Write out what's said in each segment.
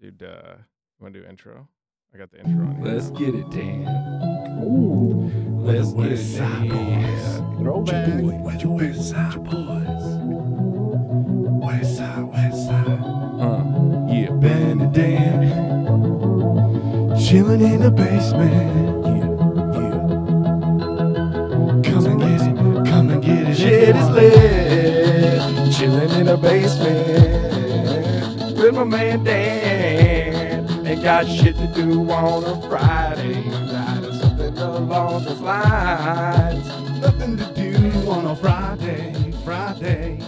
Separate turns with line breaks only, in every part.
Dude, uh, you want to do intro? I got the intro on. here
Let's
now.
get it, Dan.
Ooh,
Let's
The
get
West
it,
Side
Dan.
throwback.
West West Side Boys. West Side, West Side. Uh, yeah, Ben and Dan. Chilling in the basement. Yeah, yeah. Come and get it, come and get it. Shit is lit. Chilling in the basement with my man Dan. Ain't got shit to do on a Friday night or something along those lines. Nothing to do on a Friday, Friday.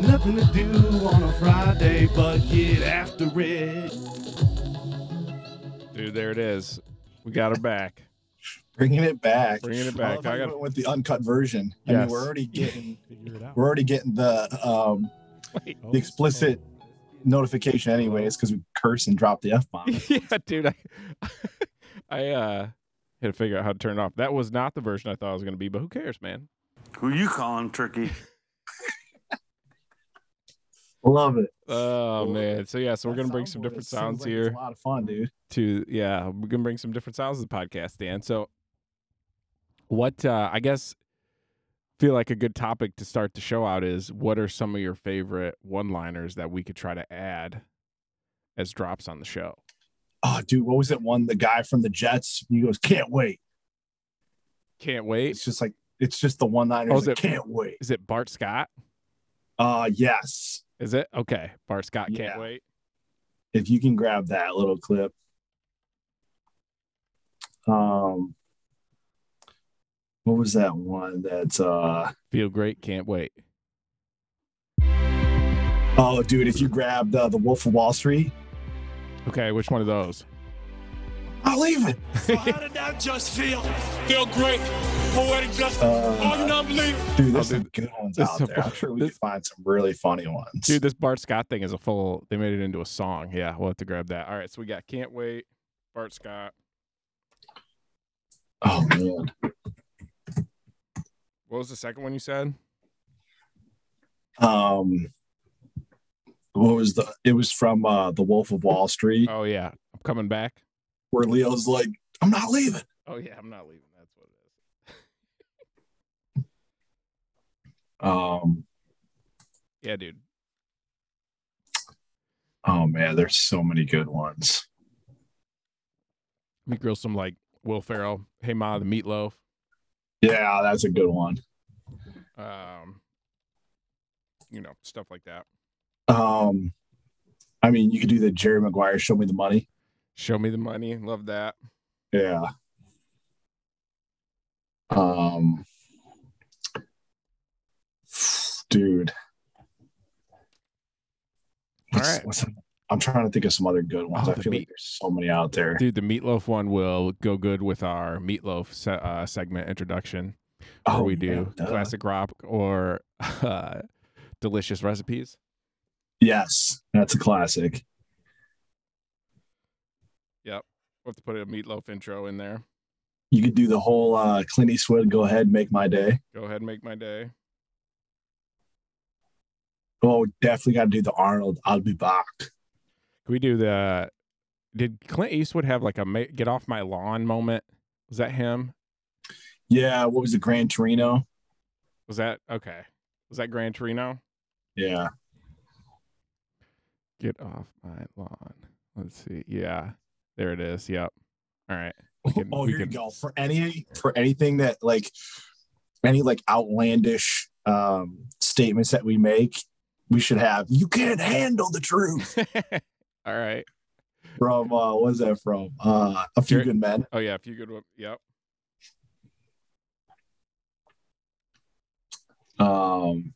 Nothing to do on a Friday, but get after it.
Dude, there it is. We got her back.
bringing it back.
Bringing it
I
back.
love how
I
you
got
went with the uncut version. I
Yes.
mean, we're already getting
figure it out.
we're already getting the um,
Oh,
the explicit notification, anyways, because we curse and drop the f bomb.
yeah, dude. I, I uh, had to figure out how to turn it off. That was not the version I thought it was going to be, but who cares, man?
Who you calling turkey?
Love it.
Oh man. So yeah, so we're
That
gonna bring some
soundboard
different
is- sounds
sounds
like
here
It's a lot of fun, dude.
to yeah, we're gonna bring some different sounds to the podcast, Dan. So what uh I guess feel like a good topic to start the show out is what are some of your favorite one liners that we could try to add as drops on the show?
Oh, dude, what was that one? The guy from the Jets. He goes, "Can't wait."
Can't wait.
It's just like it's just the one liner.
Oh,
Oh,
is it-
can't wait.
Is it Bart Scott?
Uh yes.
Is it? Okay. Bart Scott can't
Yeah.
wait.
If you can grab that little clip. Um, what was that one? That's uh.
Feel great, can't wait.
Oh, dude, if you grabbed uh, the Wolf of Wall Street,
Okay, which one of those?
I'll leave it.
How did that just feel? Feel great. Poetic justice.
Uh,
Unbelievable.
dude, there's
Oh,
some good ones
this
out
is a
there. I'm sure we
this-
could find some really funny ones.
Dude, this Bart Scott thing is a full. They made it into a song. Yeah, we'll have to grab that. All right, so we got "Can't Wait," Bart Scott.
oh man,
What was the second one you said?
um, what was the? It was from uh, the Wolf of Wall Street,
Oh yeah, I'm coming back.
where Leo's like, "I'm not leaving."
Oh yeah, I'm not leaving. That's what it is.
Um,
Yeah, dude.
oh man, there's so many good ones.
Let me grill some like Will Ferrell. Hey ma, the meatloaf.
Yeah, that's a good one.
Um, you know stuff like that.
Um, I mean, you could do the Jerry Maguire "Show Me the Money."
Show me the money. Love that.
Yeah. Um, dude. What's,
right.
what's- I'm trying to think of some other good ones.
Oh,
I
the
feel
meat-
like there's so many out there.
Dude, the meatloaf one will go good with our meatloaf se- uh, segment introduction. Where
oh,
we
yeah,
do
duh.
classic rock or uh, delicious recipes.
Yes, that's a classic.
We'll have to put a meatloaf intro in there.
You could do the whole uh, Clint Eastwood. Go ahead, make my day.
Go ahead and make my day.
Oh, definitely got to do the Arnold. I'll be back.
Can we do the? Did Clint Eastwood have like a ma- get off my lawn moment? Was that him?
Yeah, what was the Grand Torino?
Was that okay? Was that Gran Torino?
Yeah,
Get off my lawn. Let's see. Yeah, there it is. Yep. All right. We can-
oh,
we
here
can-
you go. For any for anything that like any like outlandish um statements that we make, we should have you can't handle the truth
All right.
from uh what is that from? Uh a few
Jer-
good men.
Oh yeah. If you could. Yep.
Um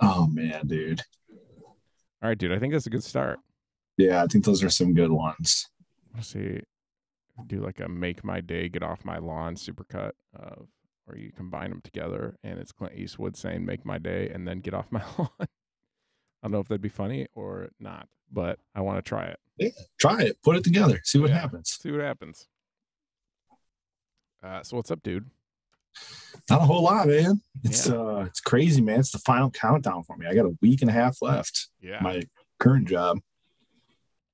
Oh man, dude.
All right, dude. I think that's a good start.
Yeah, I think those are some good ones.
Let's see. Do like a make my day, get off my lawn supercut of, or you combine them together, and it's Clint Eastwood saying "Make my day" and then "Get off my lawn." I don't know if that'd be funny or not, but I want to try it.
Try it, put it together, see what
Yeah.
happens.
See what happens. Uh, so what's up, dude?
Not a whole lot, man. It's uh, it's crazy, man. It's the final countdown for me. I got a week and a half left.
Yeah.
My current job.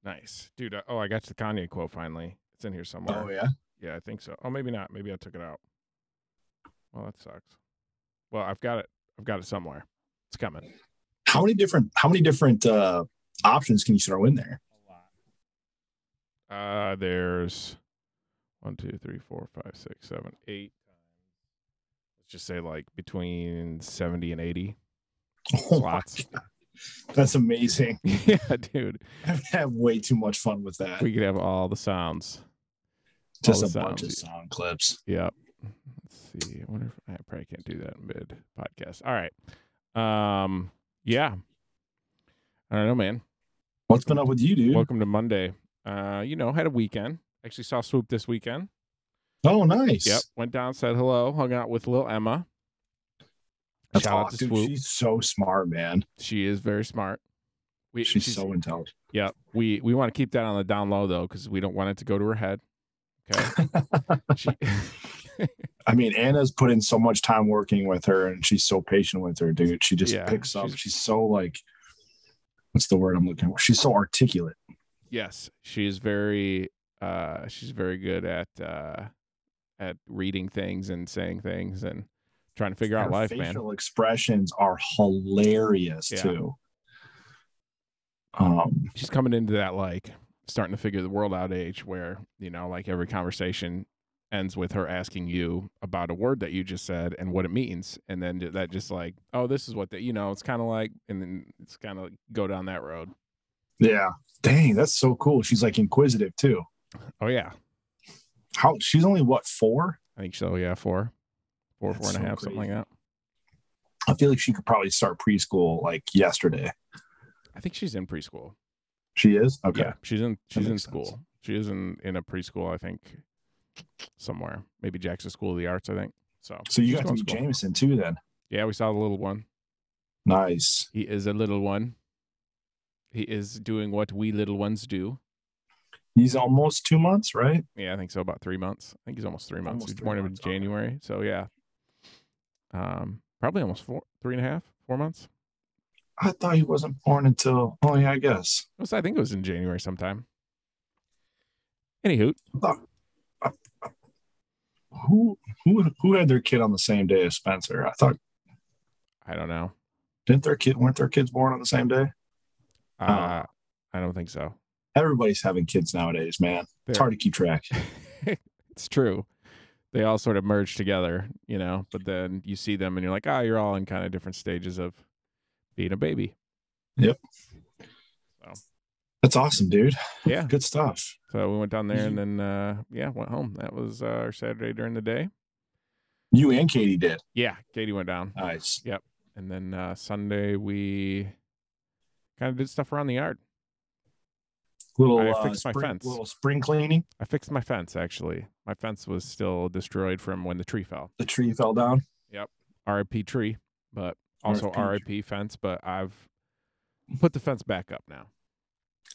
nice. Dude, uh, oh, I got the Kanye quote finally. It's in here somewhere.
Oh yeah.
Yeah, I think so. Oh, maybe not. Maybe I took it out. Well, that sucks. Well, I've got it. I've got it somewhere. It's coming.
How many different how many different uh options can you throw in there?
Uh, there's one, two, three, four, five, six, seven, eight. Let's just say like between seventy and eighty
Oh,
slots.
That's amazing.
yeah, dude.
I have way too much fun with that.
We could have all the sounds.
Just
all
a
the
bunch of
sounds.
sound clips.
Yep. Let's see. I wonder if I probably can't do that mid podcast. All right. Um. Yeah. I don't know, man.
What's been up with you, dude?
Welcome to Monday. Uh, you know, had a weekend. Actually saw Swoop this weekend.
Oh, nice.
Yep. Went down, said hello, hung out with Lil Emma.
That's
Shout out to
awesome.
Swoop.
Dude, she's so smart, man.
She is very smart. We,
She's, so intelligent.
yeah. We we want to keep that on the down low though, because we don't want it to go to her head. Okay. she,
I mean, Anna's put in so much time working with her, and she's so patient with her, dude. She just
Yeah,
picks up.
she's-
She's, so like, what's the word I'm looking for? She's so articulate.
yes, she is very uh she's very good at uh at reading things and saying things and trying to figure out
her
life, man.
facial expressions are hilarious
Yeah.
too. Um,
she's coming into that like starting to figure the world out age where you know like every conversation ends with her asking you about a word that you just said and what it means and then ju- that just like oh this is what that you know it's kind of like and then it's kind of like go down that road
yeah, dang, that's so cool. She's like inquisitive too.
oh yeah
How she's only what four?
i think so yeah four four
That's
four and a
so
half, something like that
I feel like she could probably start preschool like yesterday.
i think she's in preschool
She is okay.
yeah she's in she's in
makes
school
sense.
she is in in a preschool i think somewhere maybe jackson school of the arts i think so
So you
she's
got to
going
meet
school.
Jameson too, then.
yeah we saw the little one
Nice.
He is a little one. He is doing what we little ones do.
He's almost two months, right?
Yeah, I think so. About three months. I think he's almost three months.
Almost
he's
three
born
months,
in
okay.
January, so yeah. Um, probably almost four, three and a half, four months.
I thought he wasn't born until. Oh yeah, I guess.
It was- I think it was in January sometime. Any hoot?
Who who who had their kid on the same day as Spencer? I thought
I don't know.
didn't their kid weren't their kids born on the same day? Oh.
Uh, I don't think so.
Everybody's having kids nowadays, man. It's hard to keep track.
it's true. They all sort of merge together, you know. But then you see them, and you're like, ah, you're all in kind of different stages of being a baby.
That's awesome, dude.
Yeah.
Good stuff.
So we went down there and
You-
then uh yeah, went home. That was uh, our Saturday during the day.
You and Katie did.
Yeah, Katie went down.
Nice.
And then uh Sunday we kind of did stuff around the yard.
Little
I
uh,
fixed my
spring,
fence.
Little spring cleaning.
I fixed my fence actually. My fence was still destroyed from when the tree fell.
The tree fell down.
RIP tree, but also
RIP.
RIP fence, but I've put the fence back up now.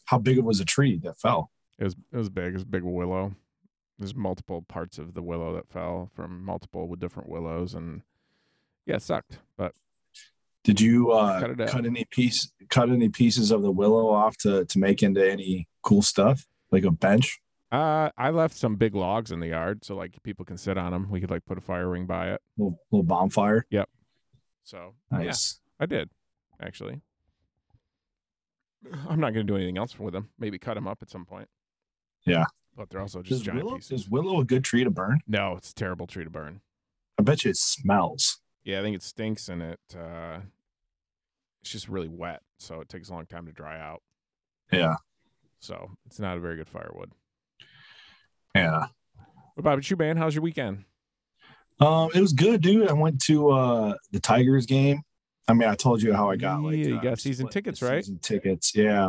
How big it was a tree that fell?
It was it was big. It was a big willow. There's multiple parts of the willow that fell from multiple with different willows and yeah, it sucked. But
Did you uh,
Cut it
cut,
out.
any piece? Cut any pieces of the willow off to to make into any cool stuff like a bench?
Uh, I left some big logs in the yard so like people can sit on them. We could like put a fire ring by it.
Little, little bonfire.
So yeah,
Nice.
I did actually. I'm not gonna do anything else with them. Maybe cut them up at some point.
Yeah.
but they're also just
Is
giant
willow,
pieces.
is willow a good tree to burn?
No, it's a terrible tree to burn.
I bet you it smells.
Yeah, I think it stinks and it uh, it's just really wet, so it takes a long time to dry out.
Yeah,
So it's not a very good firewood.
yeah.
What about you, man? How's your weekend?
Um, it was good, dude. I went to uh the Tigers game. I mean, I told you how I got like
Yeah, you
uh,
got season
split the
tickets, right?
Season tickets, yeah.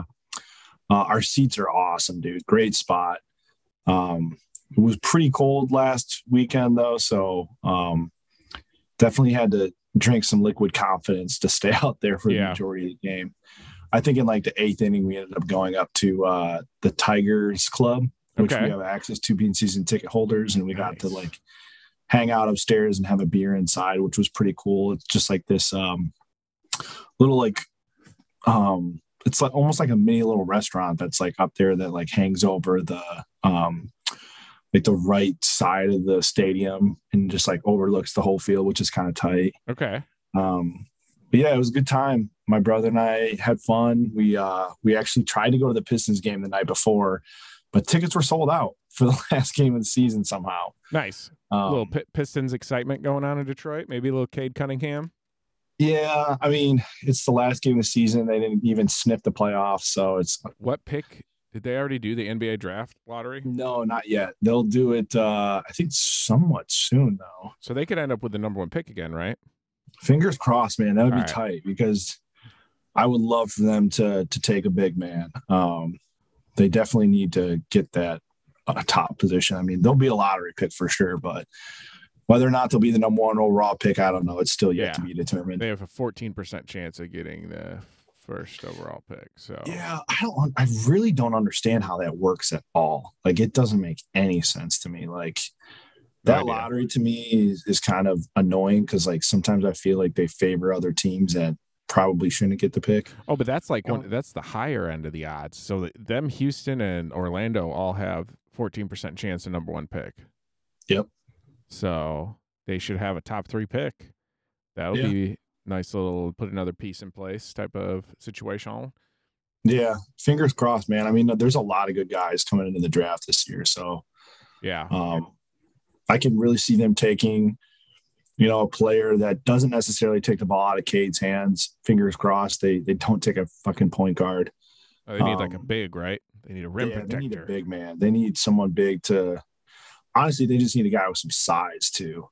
Uh, our seats are awesome, dude. Great spot. Um, it was pretty cold last weekend though, so um, definitely had to drink some liquid confidence to stay out there for
Yeah.
the majority of the game. I think in like the eighth inning, we ended up going up to uh, the Tigers Club, which
Okay.
we have access to being season ticket holders, and we got to
Nice.
like hang out upstairs and have a beer inside, which was pretty cool. It's just like this um, little like um, it's like almost like a mini little restaurant that's like up there that like hangs over the um, like the right side of the stadium and just like overlooks the whole field, which is kind of tight.
Okay.
Um, but yeah, it was a good time. My brother and I had fun. We uh, we actually tried to go to the Pistons game the night before, but tickets were sold out for the last game of the season somehow.
Nice.
Um,
a little P- Pistons excitement going on in Detroit. Maybe a little Cade Cunningham.
Yeah, I mean, it's the last game of the season. They didn't even sniff the playoffs, so it's
What pick did they already do the NBA draft lottery?
no, not yet. They'll do it. Uh, I think somewhat soon though.
So they could end up with the number one pick again, right?
Fingers crossed, man. That would be
All right.
tight because I would love for them to to take a big man. Um, they definitely need to get that uh, top position. I mean, they'll be a lottery pick for sure, but whether or not they'll be the number one overall pick, I don't know. It's still yet to
Yeah.
be determined.
They have a 14% chance of getting the first overall pick. So
Yeah, I don't. I really don't understand how that works at all. Like, it doesn't make any sense to me. Like,
no
that
idea.
lottery to me is, is kind of annoying because, like, sometimes I feel like they favor other teams that probably shouldn't get the pick.
Oh, but that's like one.
Yeah.
That's the higher end of the odds. So th- them, Houston and Orlando all have fourteen percent chance of number one pick.
Yep.
So they should have a top three pick. That would
Yeah.
be nice little put another piece in place type of situation.
Yeah, fingers crossed, man. I mean, there's a lot of good guys coming into the draft this year, so
Yeah.
um, I can really see them taking, you know, a player that doesn't necessarily take the ball out of Cade's hands. Fingers crossed, they they don't take a fucking point guard.
Oh, they need like a
um,
big, right? They need a rim
yeah,
protector.
They need a big man. They need someone big to. Honestly, they just need a guy with some size too.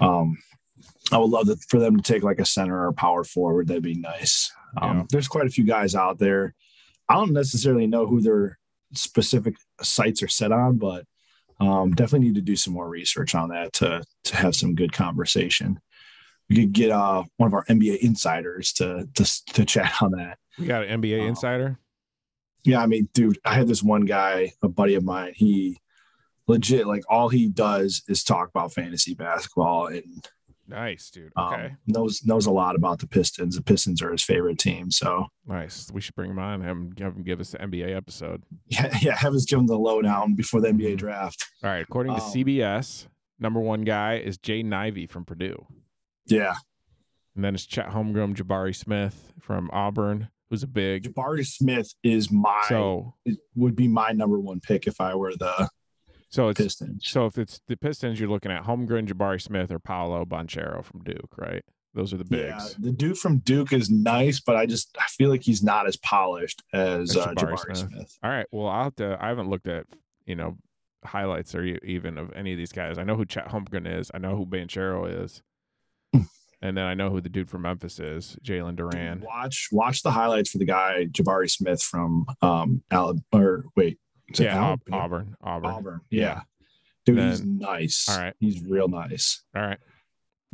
Um, I would love to, for them to take like a center or a power forward. That'd be nice. Um,
Yeah.
There's quite a few guys out there. I don't necessarily know who their specific sites are set on, but um, definitely need to do some more research on that to to have some good conversation. We could get uh, one of our NBA insiders to to, to chat on that.
we got an NBA
um,
insider.
Yeah, I mean, dude, I had this one guy, a buddy of mine. He legit, like, all he does is talk about fantasy basketball and
Nice, dude.
um,
Okay.
knows knows a lot about the Pistons. The Pistons are his favorite team, so
nice. We should bring him on. Have him, have him give us the NBA episode.
yeah, yeah. Heavens give him the lowdown before the
Mm-hmm.
NBA draft.
All right. According to
Um,
CBS, number one guy is Jay Nivey from Purdue.
Yeah,
And then it's Chet Homegrown Jabari Smith from Auburn, who's a big.
Jabari Smith is my
So
would be my number one pick if I were the
so it's
Pistons.
so if it's the Pistons, you're looking at Homegrown Jabari Smith or Paolo Banchero from Duke, right? Those are the
Yeah,
bigs.
the dude from Duke is nice, but I just I feel like he's not as polished as
As
uh,
Jabari
Jabari,
Smith.
Smith.
All right. Well, I'll have to. I haven't looked at you know highlights or e- even of any of these guys. I know who Chet Homegrown is. I know who Banchero is.
Hmm.
And then I know who the dude from Memphis is, Jalen Duran.
Watch watch the highlights for the guy Jabari Smith from um Al- or wait, is it
Yeah,
Al-
Aub- Auburn, Auburn.
Auburn.
Yeah.
Yeah. Dude,
Then-
he's nice.
All right.
He's real nice.
All right.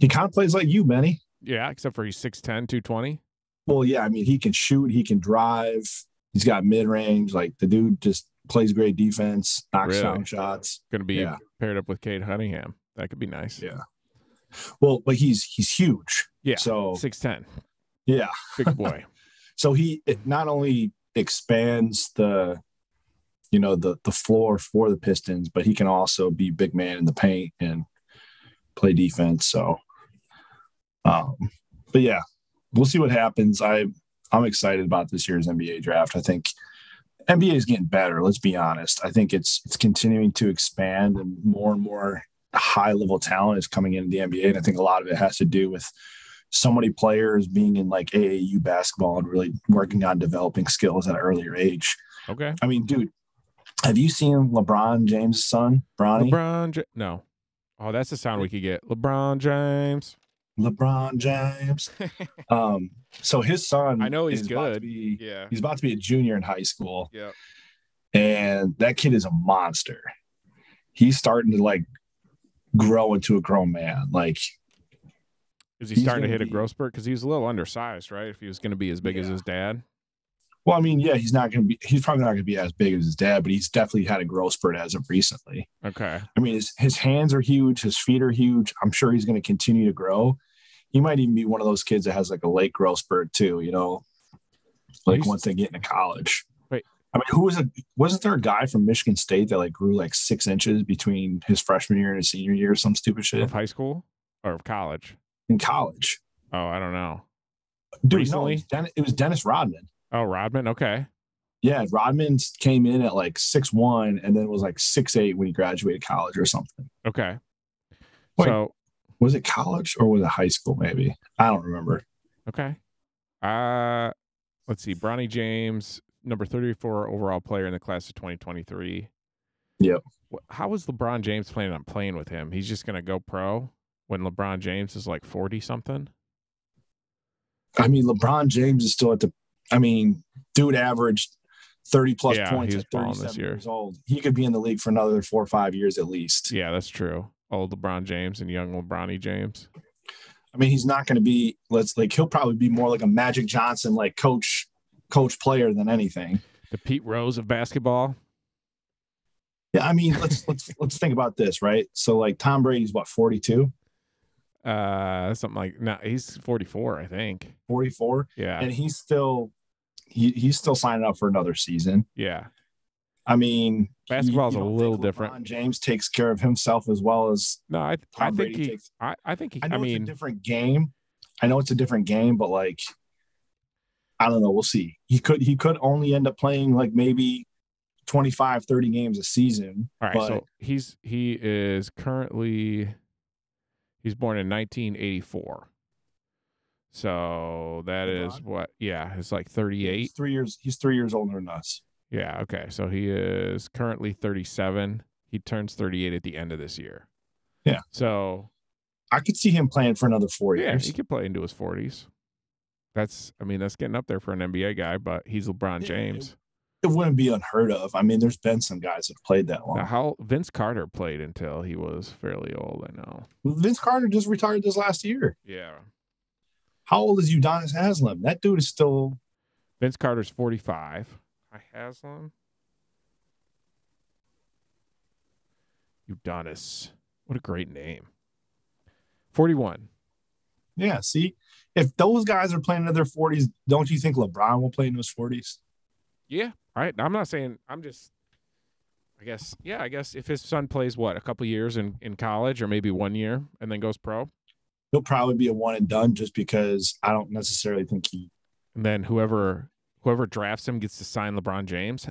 He kind of plays like you, Benny.
Yeah, except for he's 6'10", 220.
Well, yeah, I mean, he can shoot, he can drive, he's got mid range. Like the dude just plays great defense, knocks
Really?
down shots.
Going to be
Yeah.
paired up with Cade Cunningham. That could be nice.
Yeah. Well, but he's he's huge.
Yeah.
So
6'10",
yeah.
big boy.
So he it not only expands the you know the the floor for the Pistons, but he can also be big man in the paint and play defense. So um but yeah, we'll see what happens. I I'm excited about this year's NBA draft. I think NBA is getting better, let's be honest. I think it's it's continuing to expand and more and more high level talent is coming into the NBA. And I think a lot of it has to do with so many players being in like AAU basketball and really working on developing skills at an earlier age.
Okay.
I mean, dude, have you seen LeBron James' son, Bronny? LeBron,
LeBron. Ja- no. Oh, that's the sound we could get. LeBron James.
James. um, so his son,
I know he's
is about to
good.
be-
Yeah.
he's about to be a junior in high school.
Yep.
And that kid is a monster. He's starting to like grow into a grown man. Like
Is he
He's
starting to
gonna
hit a
be-
growth spurt? Because he was a little undersized, right? If he was going to be as big as
Yeah.
his dad.
Well, I mean, yeah, he's not going to be. He's probably not going to be as big as his dad, but he's definitely had a growth spurt as of recently.
Okay.
I mean, his his hands are huge. His feet are huge. I'm sure he's going to continue to grow. He might even be one of those kids that has like a late growth spurt too. You know, like
He's-
once they get into college.
Right.
I mean, who was a wasn't there a guy from Michigan State that like grew like six inches between his freshman year and his senior year, or some stupid shit
Of high school or of college?
in college?
Oh, I don't know.
Dude, no,
Recently?
it was, Den- it was Dennis Rodman.
Oh, Rodman. Okay.
Yeah, Rodman came in at like six one, and then was like six eight when he graduated college or something.
Okay.
Wait.
So
Was it college or was it high school? Maybe I don't remember.
Okay. Uh let's see. Bronny James, number 34 overall player in the class of 2023.
Yep.
Wh- How is LeBron James planning on playing with him? He's just going to go pro when LeBron James is like 40 something?
I mean, LeBron James is still at the. I mean, dude averaged thirty plus
Yeah,
points
he's
at
balling
thirty
this
seven
year.
years old. He could be in the league for another four or five years at least.
Yeah, that's true. Old LeBron James and young LeBronny James.
I mean, he's not going to be. Let's like he'll probably be more like a Magic Johnson, like coach, coach player than anything.
The Pete Rose of basketball.
Yeah, I mean, let's let's let's think about this, right? So like Tom Brady's what forty two.
Uh something like no, he's 44, I think.
44
Yeah.
and he's still he, he's still signing up for another season
Yeah.
i mean
Basketball's
you
a
don't
little
think
different.
LeBron james takes care of himself as well as
No, I th- I think
Tom Brady
he
takes-
I, I think he
i
I,
know it's
mean
a different game i know it's a different game but like i don't know we'll see he could he could only end up playing like maybe 25 30 games a season
All right,
but
so he's he is currently he's born in 1984. So that is
LeBron?
what yeah, it's like
he's
38.
three years he's three years older than us
Yeah, okay. So he is currently 37. He turns 38 at the end of this year.
Yeah.
So
i could see him playing for another four
yeah,
years
he could play into his 40s. That's I mean, that's getting up there for an NBA guy, but he's LeBron
Yeah, it-
James.
it wouldn't be unheard of i mean there's been some guys that have played that long
Now, how Vince Carter played until he was fairly old, I know.
vince carter just retired this last year
Yeah.
How old is Udonis Haslam? That dude is still
Vince Carter's 45. I Haslam. Udonis. What a great name. 41.
yeah. See, if those guys are playing in their forties, don't you think LeBron will play in his forties?
Yeah. All right. I'm not saying, I'm just, I guess, yeah, I guess if his son plays what, a couple years in, in college or maybe one year and then goes pro,
He'll probably be a one and done just because I don't necessarily think he.
and then whoever, whoever drafts him gets to sign LeBron James.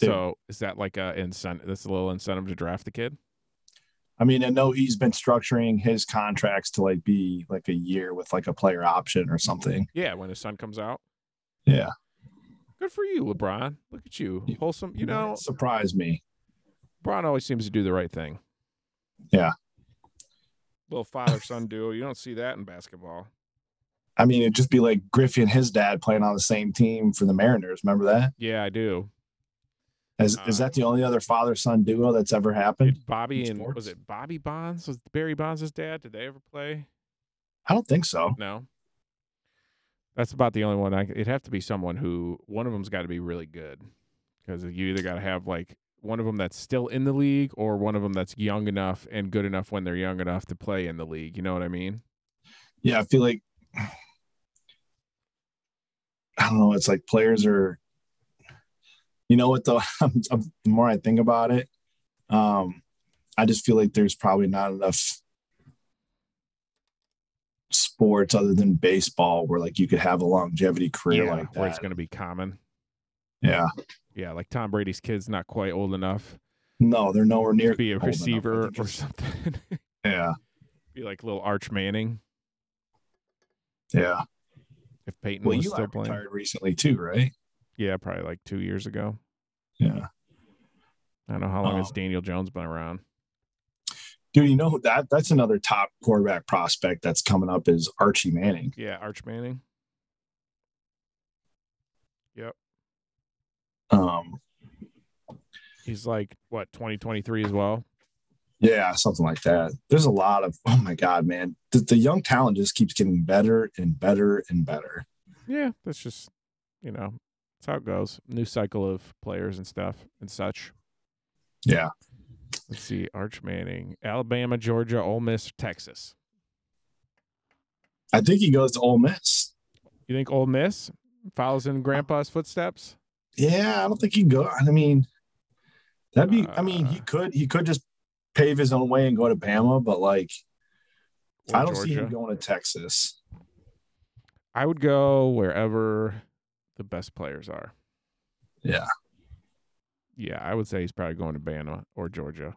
Yeah.
So is that like a incentive? That's a little incentive to draft the kid.
I mean, I know he's been structuring his contracts to like be like a year with like a player option or something.
Yeah. When his son comes out.
Yeah,
Good for you, LeBron. Look at you.
You-
Wholesome. You know,
It surprised me.
LeBron always seems to do the right thing.
Yeah.
Little father son duo. You don't see that in basketball.
I mean, it'd just be like Griffey and his dad playing on the same team for the Mariners. Remember that?
Yeah, I do.
Is,
Uh-huh.
is that the only other father son duo that's ever happened?
Did Bobby
in
and was
sports?
it Bobby Bonds? Was Barry Bonds' dad? Did they ever play?
I don't think so.
No. That's about the only one. I, c- it'd have to be someone who one of them's got to be really good because you either got to have like one of them that's still in the league or one of them that's young enough and good enough when they're young enough to play in the league. You know what I mean?
yeah, I feel like I don't know. It's like players are, you know what though. I'm- I'm- the more I think about it, um, I just feel like there's probably not enough sports other than baseball where like you could have a longevity career
yeah,
like
where it's
that.
going to be common.
Yeah,
Yeah, like Tom Brady's kid's not quite old enough
no, they're nowhere
to
near
be a
old enough. I think
receiver or
it's-
something.
Yeah,
be like little Arch Manning
yeah.
if Peyton
Well,
was
you
Mm, still
retired
playing.
recently too, right?
Yeah, probably like two years ago.
Yeah,
I don't know how long has
Um,
Daniel Jones been around.
dude. You know who that that's another top quarterback prospect that's coming up is Archie Manning.
Yeah, Arch Manning.
Um,
He's like what 2023 as well.
Yeah, something like that. There's a lot of oh my god, man. The, the young talent just keeps getting better and better and better.
Yeah, that's just you know, that's how it goes. New cycle of players and stuff and such.
Yeah.
Let's see. Arch Manning, Alabama, Georgia, Ole Miss, Texas.
I think he goes to Ole Miss.
You think Ole Miss follows in Grandpa's footsteps?
Yeah, I don't think he go. I mean, that'd be. I mean, he
Uh,
could he could just pave his own way and go to Bama, but like
Or
I don't see
Georgia?
him going to Texas.
I would go wherever the best players are.
Yeah.
Yeah, I would say he's probably going to Bama or Georgia.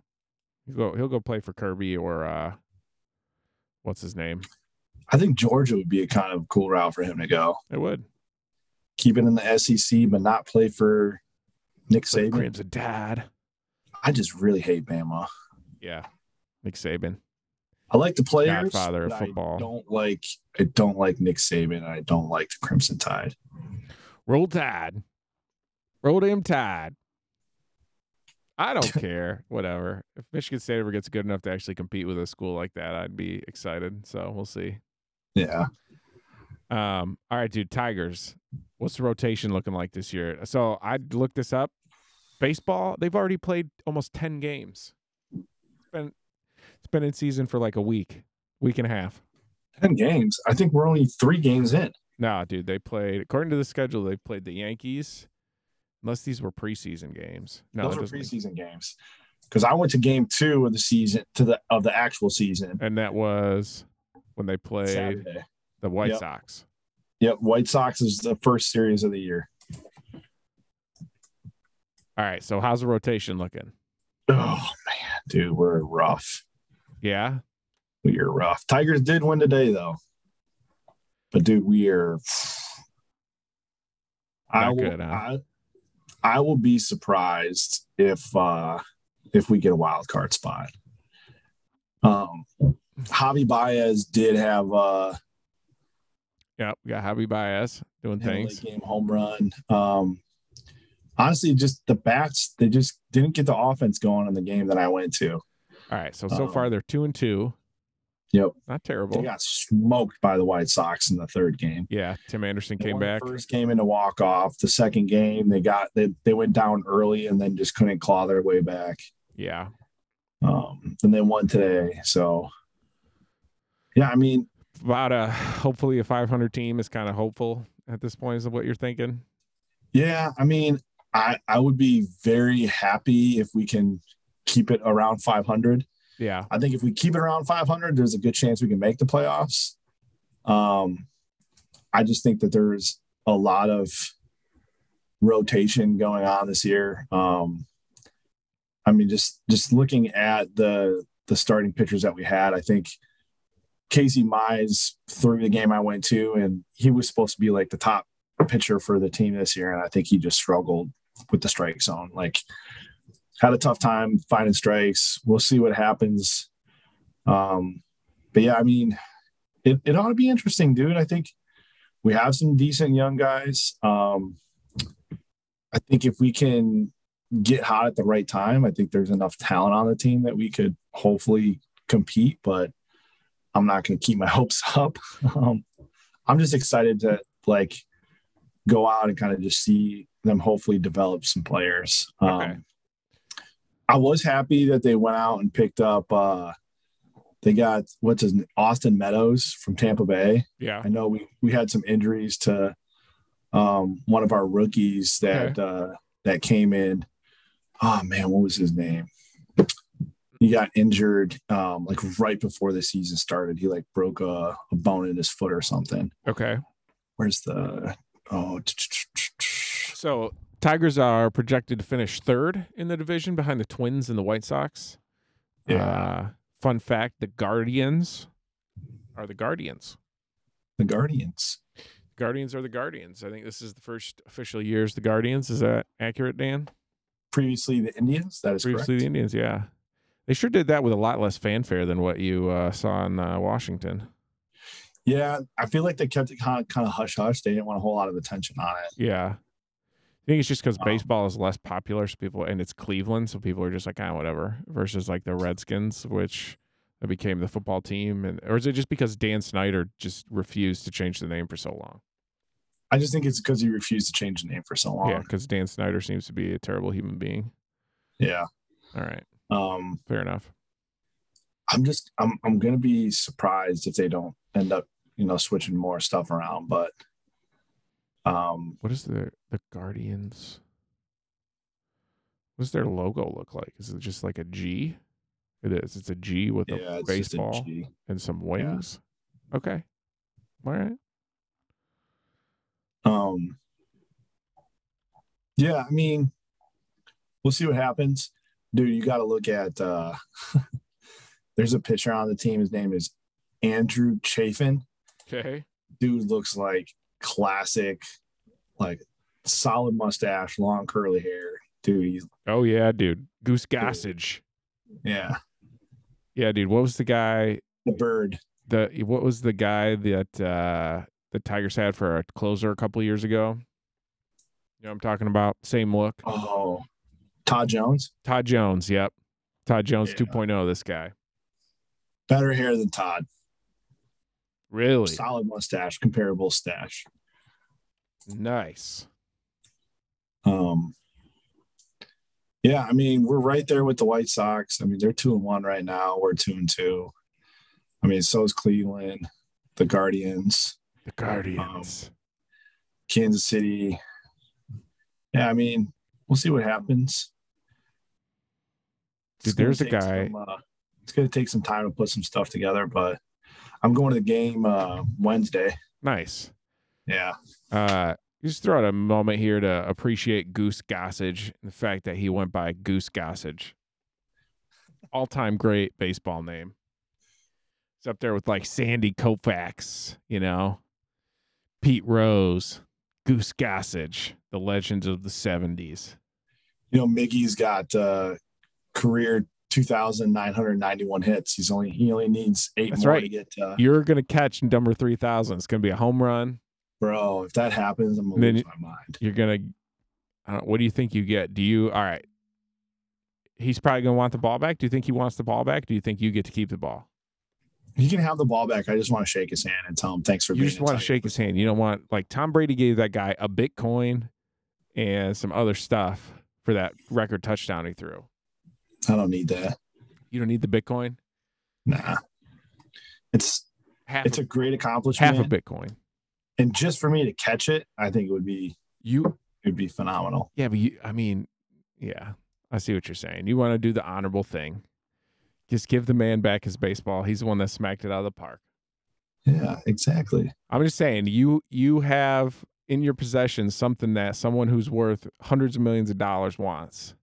He'll go he'll go play for Kirby or uh what's his name?
I think Georgia would be a kind of cool route for him to go.
It would.
Keep it in the SEC, but not play for Nick Saban.
Crimson Tide.
I just really hate Bama.
Yeah. Nick Saban.
I like the players.
Godfather of
but
football.
I don't like. I don't like Nick Saban. and I don't like the Crimson Tide.
Roll Tide. Roll damn Tide. I don't care. Whatever. If Michigan State ever gets good enough to actually compete with a school like that, I'd be excited. So we'll see.
Yeah.
Um, all right, dude. Tigers. What's the rotation looking like this year? So I looked this up. Baseball, they've already played almost ten games. It's been it's been in season for like a week, week and a half.
Ten games. I think we're only three games in.
No, dude, they played according to the schedule, they played the Yankees. Unless these were preseason games. No,
Those
that
are
doesn't make-
preseason games. Because I went to game two of the season to the of the actual season.
and that was when they played
Saturday.
the White
Yep.
Sox.
Yep. White Sox is the first series of the year.
All right, so how's the rotation looking?
Oh man, dude, we're rough.
Yeah,
We are rough. Tigers did win today though. But dude, we are I
Not
will,
good, huh?
I, I will be surprised if uh if we get a wild card spot. Um Javi Baez did have uh
yep. We got Javi Baez doing
in a
things.
late game home run. Um, honestly, just the bats, they just didn't get the offense going in the game that I went to.
All right, so so
Um,
far they're two and two.
Yep.
Not
They
terrible.
got smoked by the White Sox in the third game.
Yeah, Tim Anderson
They
came
won the
back.
First game into walk off. The second game, they got they, they went down early and then just couldn't claw their way back.
Yeah,
Um, and then won today. So, yeah, I mean,
about a hopefully a 500 team is kind of hopeful at this point. Is what you're thinking?
Yeah, I mean, I I would be very happy if we can keep it around 500.
Yeah,
I think if we keep it around 500, there's a good chance we can make the playoffs. Um, I just think that there's a lot of rotation going on this year. Um, I mean, just just looking at the the starting pitchers that we had, I think Casey Mize through the game I went to, and he was supposed to be like the top pitcher for the team this year, and I think he just struggled with the strike zone. Like had a tough time finding strikes. We'll see what happens. Um, but yeah, I mean, it, it ought to be interesting, dude. I think we have some decent young guys. Um, I think if we can get hot at the right time, I think there's enough talent on the team that we could hopefully compete, but I'm not going to keep my hopes up. Um, I'm just excited to like go out and kind of just see them hopefully develop some players. Um,
Okay.
I was happy that they went out and picked up. Uh, they got what's his Austin Meadows from Tampa Bay.
yeah.
I know we we had some injuries to um, one of our rookies that uh, that came in. Oh man, what was his name? He got injured um, like right before the season started. He like broke a, a bone in his foot or something.
Okay.
Where's the oh?
So Tigers are projected to finish third in the division behind the Twins and the White Sox.
Yeah.
Uh, fun fact: the Guardians are the Guardians.
the Guardians.
Guardians are the Guardians. I think this is the first official year as the Guardians. Is that accurate, Dan?
Previously the Indians. That is
Previously,
correct.
the Indians, yeah. They sure did that with a lot less fanfare than what you uh, saw in uh, Washington.
Yeah, I feel like they kept it kind of kind of hush hush. They didn't want a whole lot of attention on it.
Yeah. I think it's just because
Um,
baseball is less popular, so people, and it's Cleveland, so people are just like, ah, whatever, versus like the Redskins, which became the football team. And, or is it just because Dan Snyder just refused to change the name for so long?
I just think it's because he refused to change the name for so long.
Yeah, because Dan Snyder seems to be a terrible human being.
Yeah.
All right,
Um,
fair enough.
I'm just I'm I'm gonna be surprised if they don't end up, you know, switching more stuff around, but um
What is the the Guardians? What does their logo look like? Is it just like a G? It is. It's a G with a
yeah, it's just a
baseball
G.
and some wings. Okay. All right.
Um Yeah, I mean we'll see what happens. Dude, you gotta look at uh there's a pitcher on the team. His name is Andrew Chafin.
Okay.
dude looks like classic, like solid mustache, long curly hair. Dude, he's
Oh yeah, dude. Goose Gossage.
yeah,
Yeah, dude. What was the guy?
the bird.
The what was the guy that uh the Tigers had for a closer a couple years ago? You know what I'm talking about? Same look.
Oh, Todd Jones,
Todd Jones. Yep. Todd Jones
Yeah.
2.0. This guy.
better hair than Todd.
Really
Solid mustache, comparable stash.
nice.
Um, yeah, I mean, we're right there with the White Sox. I mean, they're two and one right now. We're two and two. I mean, so is Cleveland, the Guardians.
The
um,
Guardians.
Kansas City. Yeah, I mean, we'll see what happens.
Dude,
It's gonna
there's a
take
guy-
some, uh, it's going to take some time to put some stuff together, but I'm going to the game uh, Wednesday.
nice.
Yeah,
Uh, just throw out a moment here to appreciate Goose Gossage and the fact that he went by Goose Gossage. All time great baseball name. It's up there with like Sandy Koufax, you know, Pete Rose, Goose Gossage, the legends of the 70s.
you know, Miggy's got uh, career 2,991 hits. He's only he only needs eight
That's
more
right.
to get. Uh,
You're going to catch number 3,000. It's going to be a home run.
bro, if that happens, I'm gonna
Then
lose
you-
my mind.
You're going to, I don't, what do you think you get? Do you, all right, he's probably going to want the ball back. Do you think he wants the ball back? Do you think you get to keep the ball?
He can have the ball back. I just want to shake his hand and tell him thanks for.
you
being
just
a
want to
Tiger.
shake his hand. You don't want like Tom Brady gave that guy a Bitcoin and some other stuff for that record touchdown he threw.
I don't need that.
You don't need the Bitcoin.
Nah, it's
Half
it's
a,
a great accomplishment.
half a Bitcoin.
and just for me to catch it, I think it would be
You
it would be phenomenal.
yeah, but you I mean, yeah. I see what you're saying. You want to do the honorable thing. Just give the man back his baseball. He's the one that smacked it out of the park.
Yeah, exactly.
I'm just saying you you have in your possession something that someone who's worth hundreds of millions of dollars wants.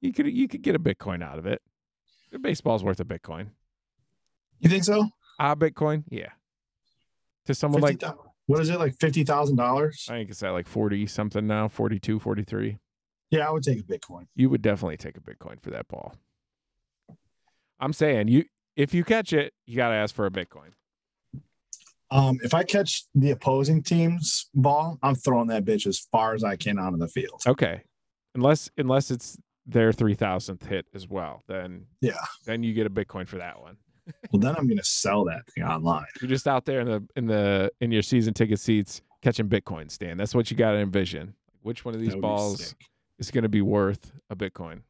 You could you could get a Bitcoin out of it. The baseball's worth a Bitcoin.
You think so?
Ah, Bitcoin, yeah. To someone
50,
like
what is it like fifty thousand dollars?
I think it's at like 40 something now, 42, 43.
Yeah, I would take a Bitcoin.
You would definitely take a Bitcoin for that ball. I'm saying you if you catch it, you gotta ask for a Bitcoin.
Um, if I catch the opposing team's ball, I'm throwing that bitch as far as I can out of the field.
Okay. Unless unless it's their three thousandth hit as well, then
Yeah.
then you get a Bitcoin for that one.
Well, then I'm gonna sell that thing online.
You're just out there in the in the in your season ticket seats catching Bitcoin stand. That's what you got to envision. Which one of these
That would be
balls
sick.
is going to be worth a Bitcoin?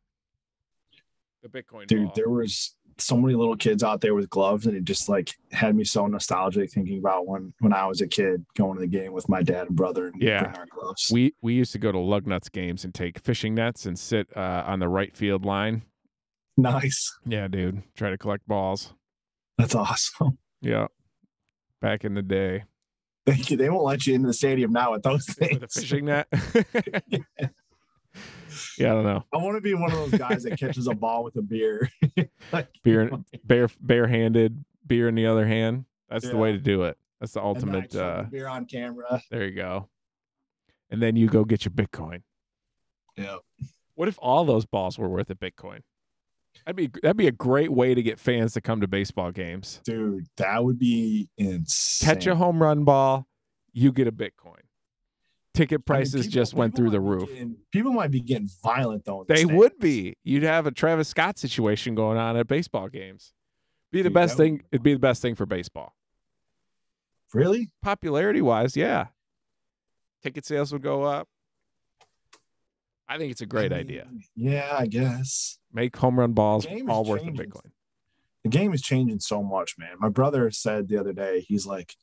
The Bitcoin
dude.
ball.
There was so many little kids out there with gloves, and it just like had me so nostalgic thinking about when when I was a kid going to the game with my dad and brother and
Yeah.
bring our gloves.
We we used to go to Lugnuts games and take fishing nets and sit uh, on the right field line.
nice.
Yeah, dude. Try to collect balls.
That's awesome.
Yeah. Back in the day
They, they won't let you into the stadium now with those
with a
things.
fishing net. yeah, I don't know.
I want to be one of those guys that catches a ball with a beer. like,
Beer bare barehanded, beer in the other hand. That's the
Yeah.
way to do it. That's the
and then I
ultimate
chuck the
uh
beer on camera.
There you go. And then you go get your Bitcoin.
Yeah.
What if all those balls were worth a Bitcoin? That'd be that'd be a great way to get fans to come to baseball games.
Dude, that would be insane.
Catch a home run ball, you get a Bitcoin. Ticket
I mean,
prices
people-
just went through
people
the
might be
roof.
getting- people might be getting violent though. in the
They
stands.
would be. You'd have a Travis Scott situation going on at baseball games. Be the
Dude,
best
that would
thing.
be
It'd be the best thing for baseball.
Really?
Popularity wise, yeah. Ticket sales would go up. I think it's a great
I
idea.
mean, Yeah, I guess.
Make home run balls
Game is
all worth in
changing.
Bitcoin.
the game is changing so much, man. My brother said the other day, he's like,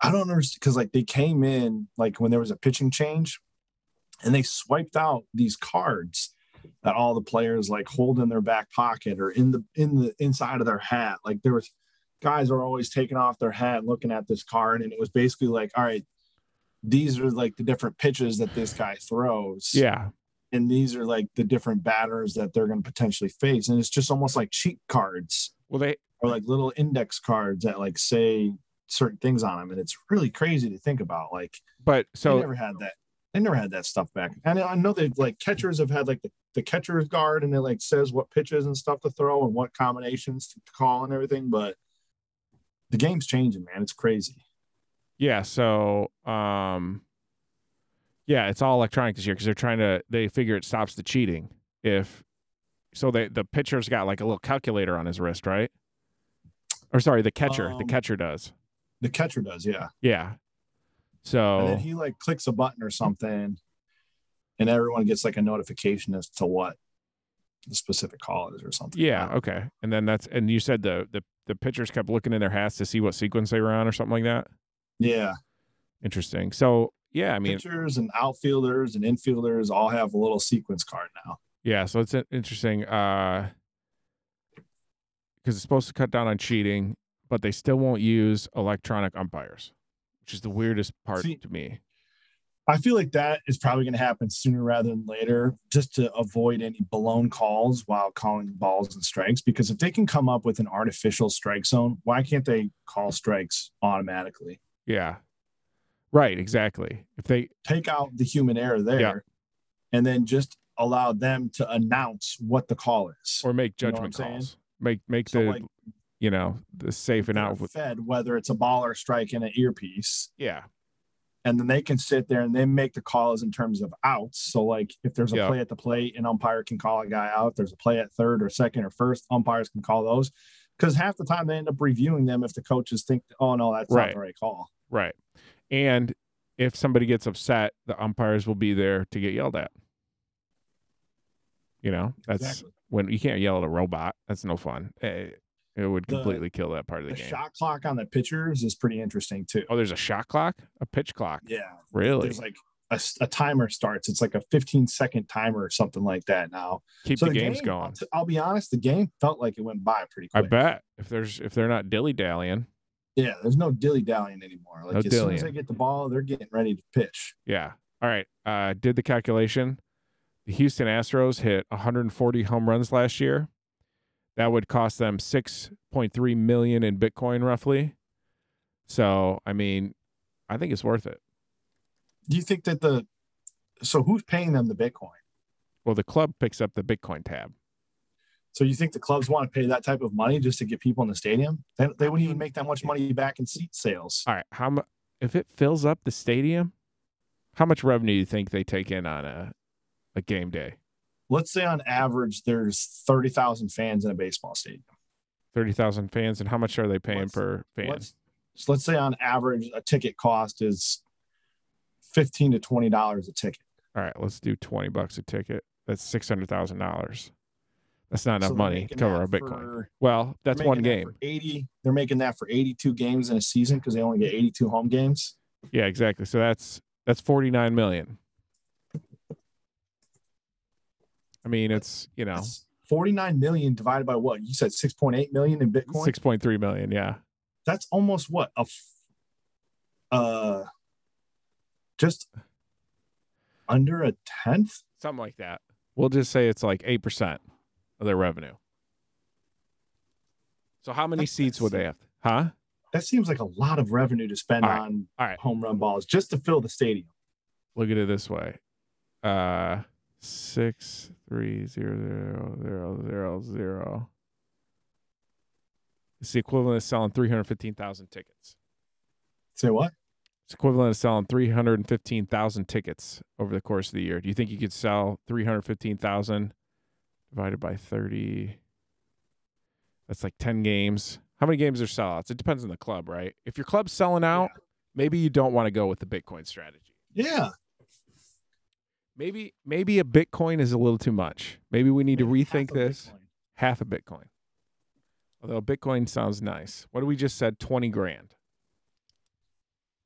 I don't understand because like they came in like when there was a pitching change, and they swiped out these cards that all the players like hold in their back pocket or in the in the inside of their hat. Like there was guys are always taking off their hat looking at this card, and it was basically like, all right, these are like the different pitches that this guy throws
Yeah.
and these are like the different batters that they're going to potentially face and it's just almost like cheat cards
Well, they
or like little index cards that like say certain things on them and it's really crazy to think about like
but
they
so
never had that they never had that stuff back and i know they've like catchers have had like the, the catcher's guard and it like says what pitches and stuff to throw and what combinations to call and everything but the game's changing man it's crazy
yeah, so um, yeah, it's all electronic this year because they're trying to. They figure it stops the cheating if. So they the pitcher's got like a little calculator on his wrist, right? Or sorry, the catcher. the
Um,
catcher does.
the catcher does yeah
Yeah. So
and then he like clicks a button or something and everyone gets like a notification as to what the specific call is or something
Yeah. Okay. And then that's and you said the the the pitchers kept looking in their hats to see what sequence they were on or something like that.
yeah
Interesting. So yeah, I mean,
pitchers and outfielders and infielders all have a little sequence card now
yeah. So it's uh, interesting. Uh, because it's supposed to cut down on cheating, but they still won't use electronic umpires, which is the weirdest part
See-
to me.
i feel like that is probably going to happen sooner rather than later just to avoid any blown calls while calling balls and strikes because if they can come up with an artificial strike zone why can't they call strikes automatically
Yeah. Right. Exactly. If they
take out the human error there
Yeah.
and then just allow them to announce what the call is.
or make
You know what I'm
judgment
saying?
calls, make make
So,
the
like,
you know the safe and
they're
out. With,
fed whether it's a ball or strike in an earpiece.
yeah.
And then they can sit there and they make the calls in terms of outs. So, like if there's a
Yeah.
play at the plate, an umpire can call a guy out. If there's a play at third or second or first, umpires can call those. Because half the time they end up reviewing them if the coaches think, oh no, that's
Right.
not the right call.
Right. And if somebody gets upset, the umpires will be there to get yelled at. You know, that's
Exactly.
when you can't yell at a robot. That's no fun. It, it would
The-
completely kill that part of
The,
the, game.
shot clock on the pitchers is pretty interesting too.
Oh, there's a shot clock, a pitch clock.
Yeah.
Really?
There's like a, s- a timer starts. It's like a 15 second timer or something like that now.
Keep the, games
game, I'll,
going.
t- I'll be honest, the game felt like it went by pretty
I
quick.
bet if there's if they're not dilly dallying,
Yeah, there's no dilly dallying anymore. Like
No
as soon as
dillying.
they get the ball, they're getting ready to pitch.
yeah. All right. Uh, did the calculation. The Houston Astros hit 140 home runs last year. That would cost them 6.3 million in Bitcoin, roughly. So, I mean, I think it's worth it.
Do you think that the so who's paying them the Bitcoin?
Well, the club picks up the Bitcoin tab.
So you think the clubs want to pay that type of money just to get people in the stadium? They, they wouldn't even make that much money back in seat sales.
All right, how mu- if it fills up the stadium? How much revenue do you think they take in on a a game day?
Let's say on average there's thirty thousand fans in a baseball stadium.
Thirty thousand fans, and how much are they paying
Let's-
per fan?
Let's so let's say on average a ticket cost is fifteen to twenty dollars a ticket.
All right, let's do twenty bucks a ticket. That's six hundred thousand dollars. That's not enough
So they're
money to
making
cover
that
our Bitcoin.
for-
well, that's
They're
one
making that
game.
for 80 they're making that for 82 games in a season because they only get 82 home games
Yeah, exactly. So that's that's 49 million. I mean, it's, you know,
That's 49 million divided by what you said 6.8 million in bitcoin
6.3 million, yeah.
that's almost what a f- uh just under a tenth
Something like that. We'll just say it's like 8% of their revenue. So how many
That's-
seats would they have? Huh?
that seems like a lot of revenue to spend
All right.
on
All right.
home run balls just to fill the stadium
Look at it this way. Uh 6 three, zero, zero, zero, zero, zero. It's the equivalent of selling 315,000 tickets.
say what
It's equivalent to selling 315,000 tickets over the course of the year. Do you think you could sell 315,000 divided by 30? That's like 10 games. How many games are sellouts? It depends on the club, right? If your club's selling out, maybe you don't want to go with the Bitcoin strategy.
Yeah.
Maybe maybe a Bitcoin is a little too much. Maybe we need to rethink
Half a
this.
Bitcoin.
Half a Bitcoin. Although Bitcoin sounds nice. What do we just said? Twenty grand.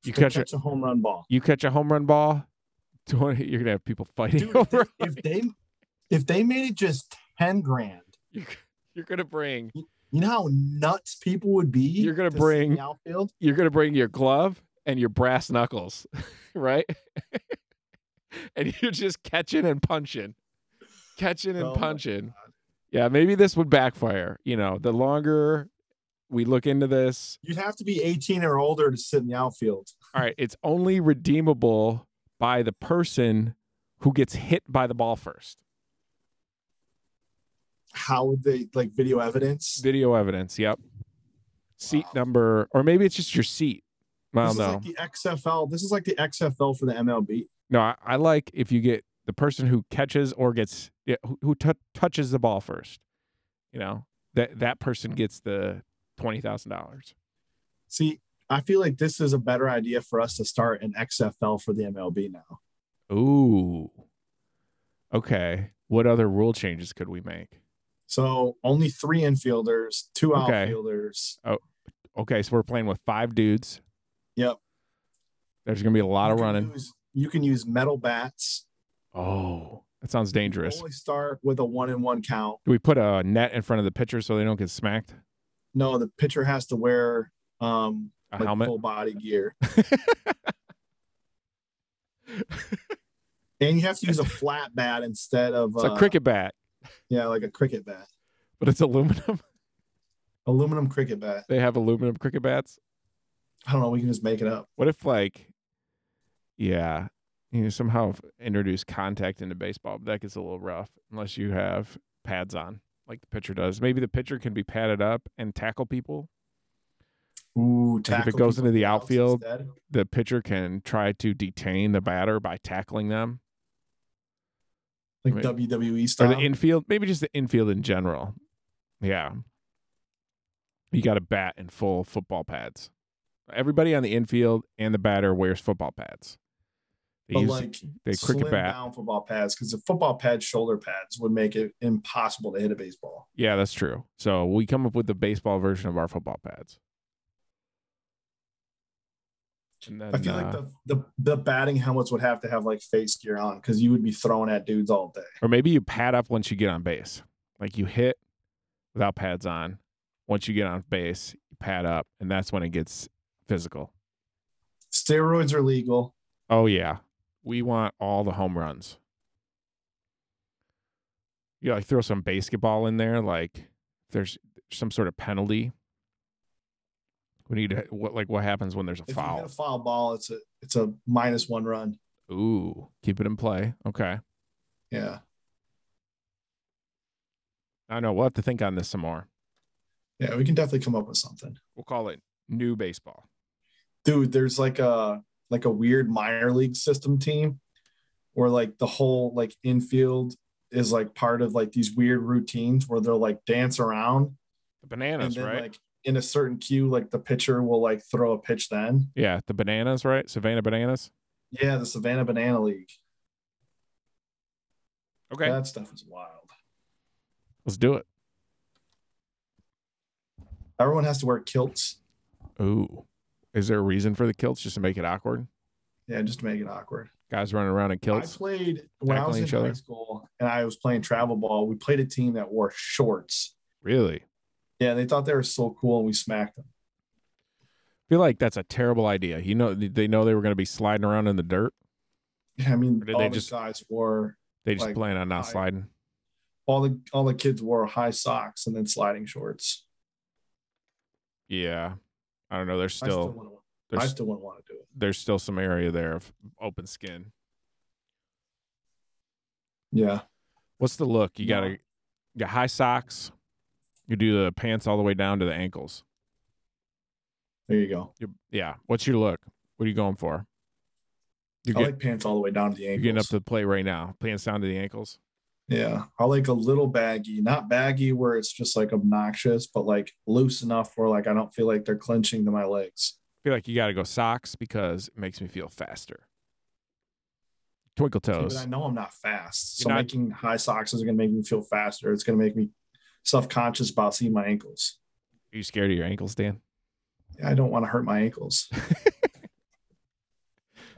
You catch a
Catch a home run ball.
you catch a home run ball. 20, you're gonna have people fighting
Dude, if
over.
they, if they if they made it just ten grand,
You're, you're gonna bring
you know how nuts people would be.
You're gonna
to sit in
bring-
the outfield.
you're gonna bring your glove and your brass knuckles, right? and you're just catching and punching, catching and
Oh my
punching. Yeah, maybe this would backfire. You know, the longer we look into this,
You'd have to be 18 or older to sit in the outfield.
all right, it's only redeemable by the person who gets hit by the ball first.
How would they like video evidence?
Video evidence. Yep. Seat
Wow.
number, or maybe it's just your seat. I
this
don't
is
know.
like the XFL. This is like the XFL for the MLB.
No, I, I like if you get the person who catches or gets yeah, who, who tou- touches the ball first. You know that that person gets the twenty thousand dollars.
See, I feel like this is a better idea for us to start an XFL for the MLB now.
Ooh. Okay. What other rule changes could we make?
So only three infielders, two
Okay.
outfielders.
Okay, so we're playing with five dudes.
Yep.
There's gonna be a lot
You
of
can
running.
use- you can use metal bats.
Oh, that sounds dangerous.
Only start with a one and one count.
Do we put a net in front of the pitcher so they don't get smacked?
No, the pitcher has to wear um
A
like
helmet.
full body gear. and you have to use a flat bat instead of
It's
uh,
a cricket bat,
Yeah, like a cricket bat,
but it's aluminum.
aluminum cricket bat.
They have aluminum cricket bats.
I don't know. We can just make it up.
What if like, yeah, you know, somehow f- introduce contact into baseball? But that gets a little rough unless you have pads on, like the pitcher does. Maybe the pitcher can be padded up and tackle people.
Ooh,
if it
tackle
goes
people
into the
else
outfield-
instead.
The pitcher can try to detain the batter by tackling them,
like
Right.
WWE
or
style.
the infield, maybe just the infield in general. Yeah, you got to bat in full football pads. Everybody on the infield and the batter wears football pads. They
but
use
like
they cricket
slim
bat.
down football pads because the football pads, shoulder pads would make it impossible to hit a baseball.
Yeah, that's true. So we come up with the baseball version of our football pads. And then,
I feel
uh,
like the, the the batting helmets would have to have like face gear on because you would be throwing at dudes all day.
or maybe you pad up once you get on base. Like you hit without pads on. Once you get on base, you pad up, and that's when it gets physical.
Steroids are legal.
Oh yeah, we want all the home runs. You like throw some basketball in there, like there's some sort of penalty. We need to, what like what happens when there's a
If you
foul?
hit a foul ball, it's a it's a minus one run.
Ooh, keep it in play. Okay.
Yeah,
I know. We'll have to think on this some more.
yeah, we can definitely come up with something.
We'll call it new baseball.
dude there's like a like a weird minor league system team where like the whole like infield is like part of like these weird routines where they'll like dance around
The bananas,
and then
right?
like in a certain cue like the pitcher will like throw a pitch then
yeah, the bananas, right? Savannah bananas.
yeah the savannah banana league
Okay,
that stuff is wild
let's do it.
everyone has to wear kilts
Ooh, is there a reason for the kilts just to make it awkward?
yeah just to make it awkward
Guys running around in
i
kilts.
played when i was
Tackling
in
each
high
other.
school and i was playing travel ball we played a team that wore shorts
Really?
yeah they thought they were so cool and we smacked them
I feel like that's a terrible idea. You know, th- they know they were going to be sliding around in the dirt.
yeah, i mean
Or did
all
they
the
just-
guys wore
They just
Like,
plan on not
I-
sliding.
all the all the kids wore high socks and then sliding shorts.
Yeah, I don't know. There's
I still
still
wouldn't, wa- I
there's
still wouldn't want to do it.
there's still some area there of open skin.
Yeah,
What's the look? You
No.
gotta you got high socks. You do the pants all the way down to the ankles.
there you go.
Your- yeah. What's your look? What are you going for? You're,
I
get-
like pants all the way down to the
you're
ankles.
getting up to the play right now. Pants down to the ankles.
yeah, I like a little baggy, not baggy where it's just like obnoxious, but like loose enough where like I don't feel like they're clinching to my legs.
I feel like you got to go socks because it makes me feel faster. Twinkle
See,
toes.
But I know I'm not fast.
You're
So
not-
making high socks is going to make me feel faster. It's going to make me self conscious about seeing my ankles.
Are you scared of your ankles, Dan?
I don't want to hurt my ankles. I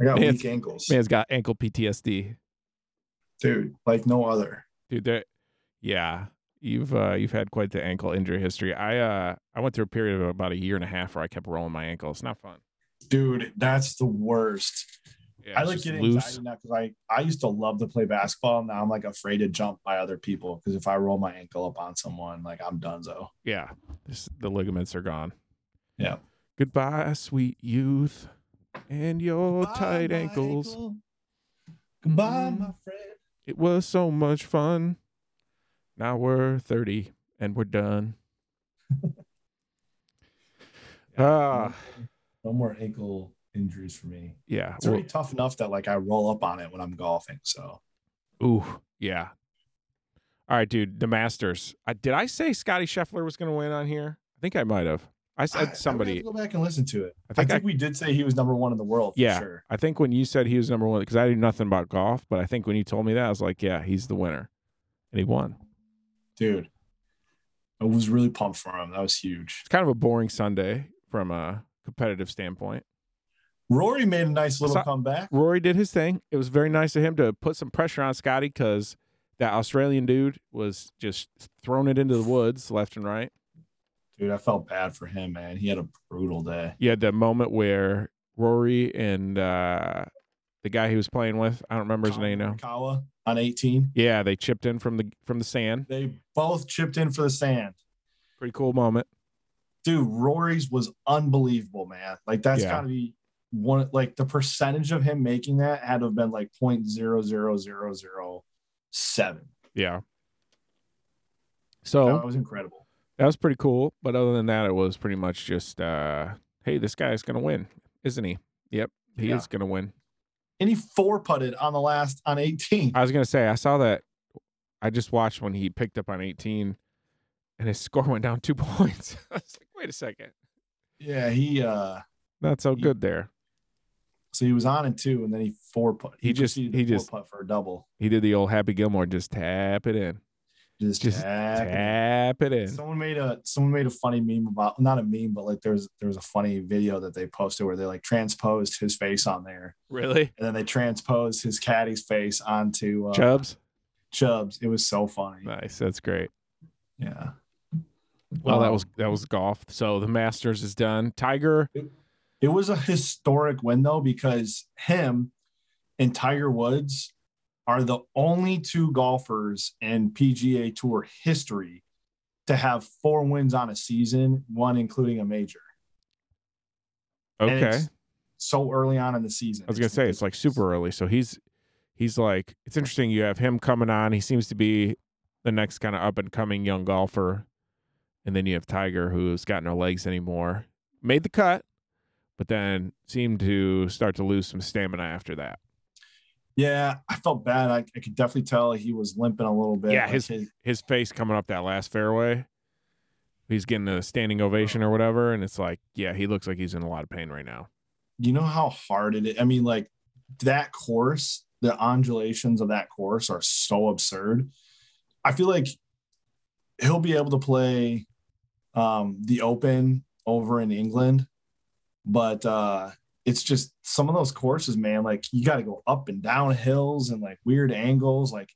got
Man,
weak ankles,
Man's got ankle PTSD,
dude, like no other.
dude. That, yeah, you've uh, you've had quite the ankle injury history. I uh, I went through a period of about a year and a half where I kept rolling my ankle. It's not fun.
Dude, that's the worst.
Yeah,
I
it's
like
just
getting
loose.
anxiety now because I, I used to love to play basketball. and Now I'm like afraid to jump by other people because if I roll my ankle up on someone, like I'm donezo.
Yeah, this, the ligaments are gone.
Yeah.
Goodbye, sweet youth, and your tight
my
ankles.
ankle. Goodbye,
Mm-hmm.
my friend.
It was so much fun. Now we're 30 and we're done. Ah,
No more ankle injuries for me.
yeah.
It's already tough enough that like I roll up on it when I'm golfing. So
well- ooh, yeah. All right, dude. The Masters. I, did I say Scotty Scheffler was going to win on here? I think I might have. I
I- I would
said
have
somebody.
to go back and listen to it.
I
I
think
think,
I,
we did say he was number one in the world. For
Yeah.
sure.
I think when you said he was number one, because I knew nothing about golf, but I think when you told me that, I was like, yeah, he's the winner, and he won.
dude. I was really pumped for him. That was huge.
It's kind of a boring Sunday from a competitive standpoint.
Rory made a nice little
So-
comeback.
Rory did his thing. It was very nice of him to put some pressure on Scotty because that Australian dude was just throwing it into the woods left and right.
Dude, I felt bad for him, man. He had a brutal day.
You had that moment where Rory and uh, the guy he was playing with, I don't remember his name now.
Kawa on 18.
Yeah, they chipped in from the from the sand.
They both chipped in for the sand.
Pretty cool moment.
Dude, Rory's was unbelievable, man. Like that's
Yeah.
gotta be one like the percentage of him making that had to have been like point zero zero zero zero seven.
Yeah. So
That was incredible.
that was pretty cool. But other than that, it was pretty much just, uh, hey, this guy's gonna win, isn't he? Yep, he
Yeah.
is gonna win.
And he four putted on the last on 18.
I was gonna say I saw that. I just watched when he picked up on 18, and his score went down two points. I was like, wait a second,
yeah, he uh
not so
He-
good there.
So he was on it too, and then he four put.
He just-
proceeded
he
to four
just-
putt for a double.
He did the old Happy Gilmore, just tap it in,
Just,
just
tap it.
tap it in.
Someone made a someone made a funny meme about not a meme, but like there was there was a funny video that they posted where they like transposed his face on there,
Really,
and then they transposed his caddy's face onto uh,
Chubbs?
Chubbs. It was so funny.
Nice, that's great.
Yeah.
Well, Oh, that
Um,
was that was golf. So the Masters is done. Tiger,
it was a historic win though because him and Tiger Woods are the only two golfers in PGA Tour history to have four wins on a season, one including a major. And
okay.
it's So early on in the season.
I was gonna say it's like super early, so he's he's like it's interesting. You have him coming on. He seems to be the next kind of up and coming young golfer, and then you have Tiger, who's got no legs anymore, made the cut, but then seemed to start to lose some stamina after that.
Yeah, I felt bad. I, I could definitely tell he was limping a little bit.
Yeah,
Like,
his- His face coming up that last fairway, he's getting a standing ovation or whatever, and it's like, yeah, he looks like he's in a lot of pain right now.
you know how hard it is. I mean, like that course, the undulations of that course are so absurd. I feel like he'll be able to play um, the Open over in England, but uh, it's just some of those courses, man. Like you got to go up and down hills and like weird angles. Like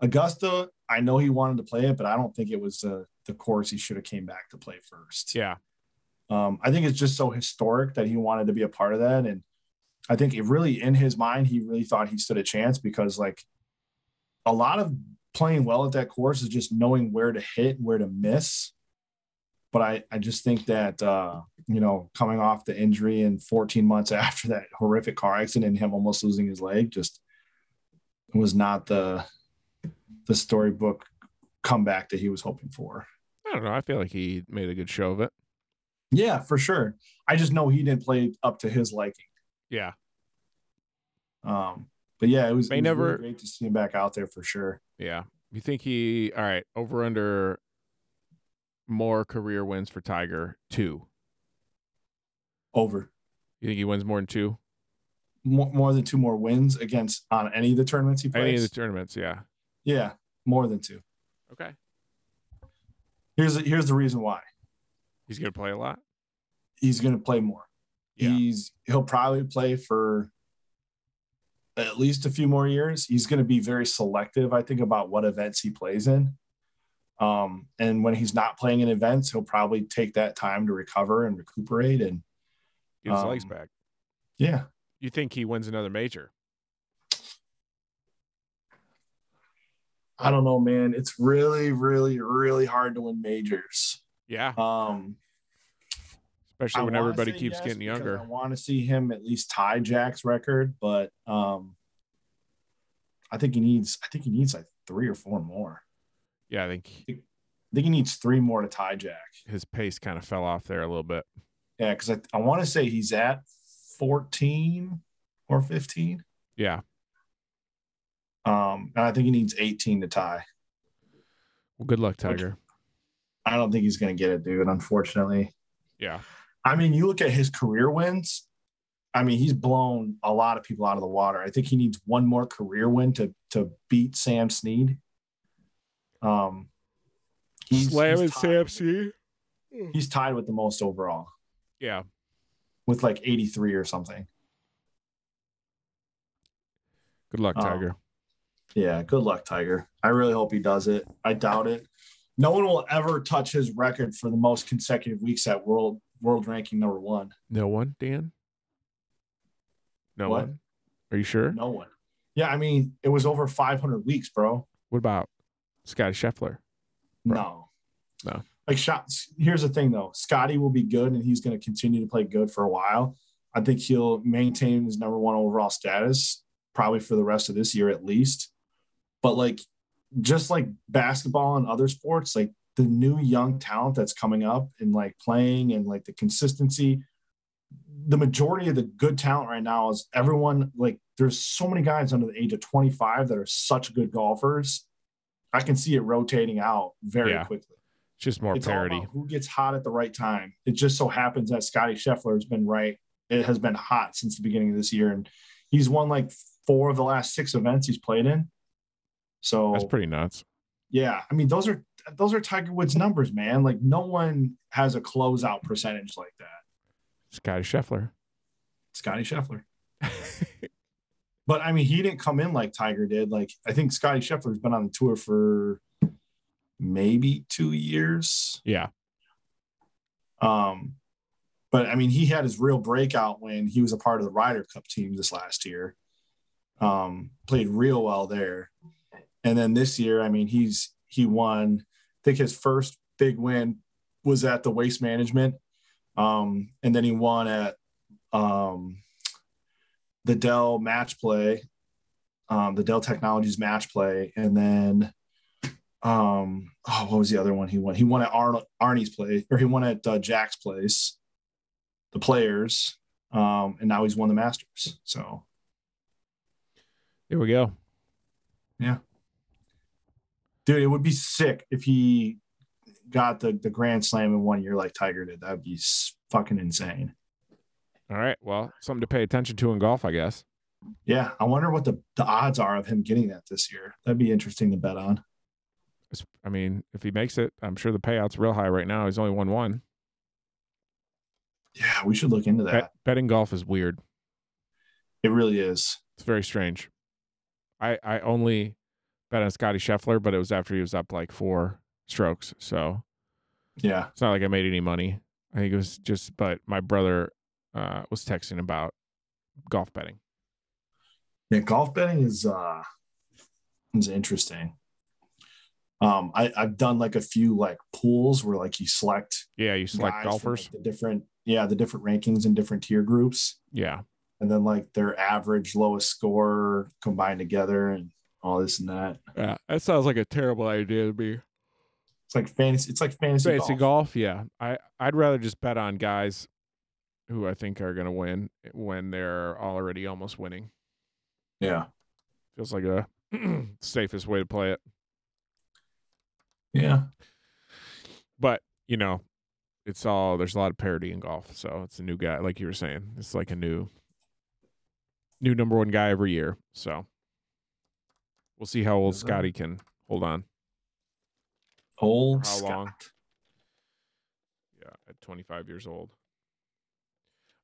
Augusta, I know he wanted to play it, but I don't think it was the the course he should have came back to play first.
Yeah,
Um, I think it's just so historic that he wanted to be a part of that. And I think it really, in his mind, he really thought he stood a chance because, like, a lot of playing well at that course is just knowing where to hit, where to miss. But I, I just think that, uh, you know, coming off the injury and 14 months after that horrific car accident and him almost losing his leg just was not the the storybook comeback that he was hoping for.
I don't know. I feel like he made a good show of it.
Yeah, for sure. I just know he didn't play up to his liking.
Yeah,
Um, but yeah, it was,
May
it was really
never-
great to see him back out there for sure.
Yeah. You think he all right, over under more career wins for Tiger, two.
Over.
You think he wins more than two?
more, more than two more wins against on any of the tournaments he plays.
Any of the tournaments, yeah.
yeah, more than two.
Okay.
Here's here's the reason why
He's gonna play a lot.
he's going to play more.
Yeah.
He's he'll probably play for at least a few more years. He's going to be very selective, I think, about what events he plays in. Um, and when he's not playing in events, he'll probably take that time to recover and recuperate. And
Get his legs
Um,
back.
yeah,
You think he wins another major?
I don't know, man. It's really, really, really hard to win majors.
Yeah,
Um,
especially when
I wanna
everybody
say
keeps
yes
getting
because
younger.
I want to see him at least tie Jack's record, but um, I think he needs. I think he needs like three or four more.
Yeah, I think
I think he needs three more to tie Jack.
his pace kind of fell off there a little bit.
Yeah, because I, I want to say he's at fourteen or fifteen.
Yeah,
Um, and I think he needs eighteen to tie.
well, good luck, Tiger.
I don't think he's going to get it, dude. Unfortunately,
Yeah,
I mean, you look at his career wins. I mean, he's blown a lot of people out of the water. I think he needs one more career win to to beat Sam Snead. Um, he's,
Slam
he's
and
tied
Sam
with- He's tied with the most overall,
Yeah,
with like eighty three or something.
good luck,
Um,
Tiger.
Yeah, good luck, Tiger. I really hope he does it. I doubt it. No one will ever touch his record for the most consecutive weeks at world world ranking number one.
No one, Dan. No
What?
one. Are you sure?
No one. Yeah, I mean, it was over five hundred weeks, bro.
What about Scotty Scheffler?
No.
No.
Like shot here's the thing though. Scotty will be good and he's going to continue to play good for a while. I think he'll maintain his number 1 overall status probably for the rest of this year at least. But like just like basketball and other sports, like the new young talent that's coming up and like playing and like the consistency the majority of the good talent right now is everyone like there's so many guys under the age of 25 that are such good golfers I can see it rotating out very
Yeah.
quickly.
It's just more
It's all
parity.
about who gets hot at the right time. It just so happens that Scotty Scheffler has been right. It has been hot since the beginning of this year, and he's won like four of the last six events he's played in. So
That's pretty nuts.
yeah, I mean those are those are Tiger Woods numbers, man. Like no one has a closeout percentage like that.
Scotty Scheffler.
Scotty Scheffler. But I mean, he didn't come in like Tiger did. Like I think Scotty Scheffler's been on the tour for maybe two years.
yeah.
Um, but I mean, he had his real breakout when he was a part of the Ryder Cup team this last year. Um, played real well there, and then this year, I mean, he's he won. I think his first big win was at the Waste Management, um, and then he won at um, the Dell Match Play, um, the Dell Technologies Match Play, and then um oh what was the other one he won he won at Arn- arnie's place or he won at uh, jack's place the players um and now he's won the masters so
There we go.
dude it would be sick if he got the the grand slam in one year like tiger did that'd be s- fucking insane
All right. Well, something to pay attention to in golf, I guess.
yeah i wonder what the, the odds are of him getting that this year that'd be interesting to bet on
It's, I mean, if he makes it, I'm sure the payout's real high right now. He's only won one.
yeah we should look into
Bet-
that
betting golf is weird.
it really is
It's very strange. I I only bet on Scotty Scheffler, but it was after he was up like four strokes. So
yeah
it's not like I made any money. I think it was just, but my brother uh, was texting about golf betting.
Yeah, golf betting is uh is interesting. Um, I, I've done like a few like pools where like you select
Yeah, you select
guys from, like,
golfers.
the different yeah, the different rankings and different tier groups,
yeah,
and then like their average lowest score combined together and all this and that.
yeah, that sounds like a terrible idea to be.
It's like fantasy, it's like fantasy,
fancy
golf.
golf. yeah. I I'd rather just bet on guys who I think are going to win when they're already almost winning.
Yeah.
Feels like a safest way to play it.
Yeah.
But you know, it's all there's a lot of parity in golf, so it's a new guy. Like you were saying, it's like a new new number one guy every year. So we'll see how old Scotty can hold on.
Old
How
Scott.
long? Yeah, at 25 years old.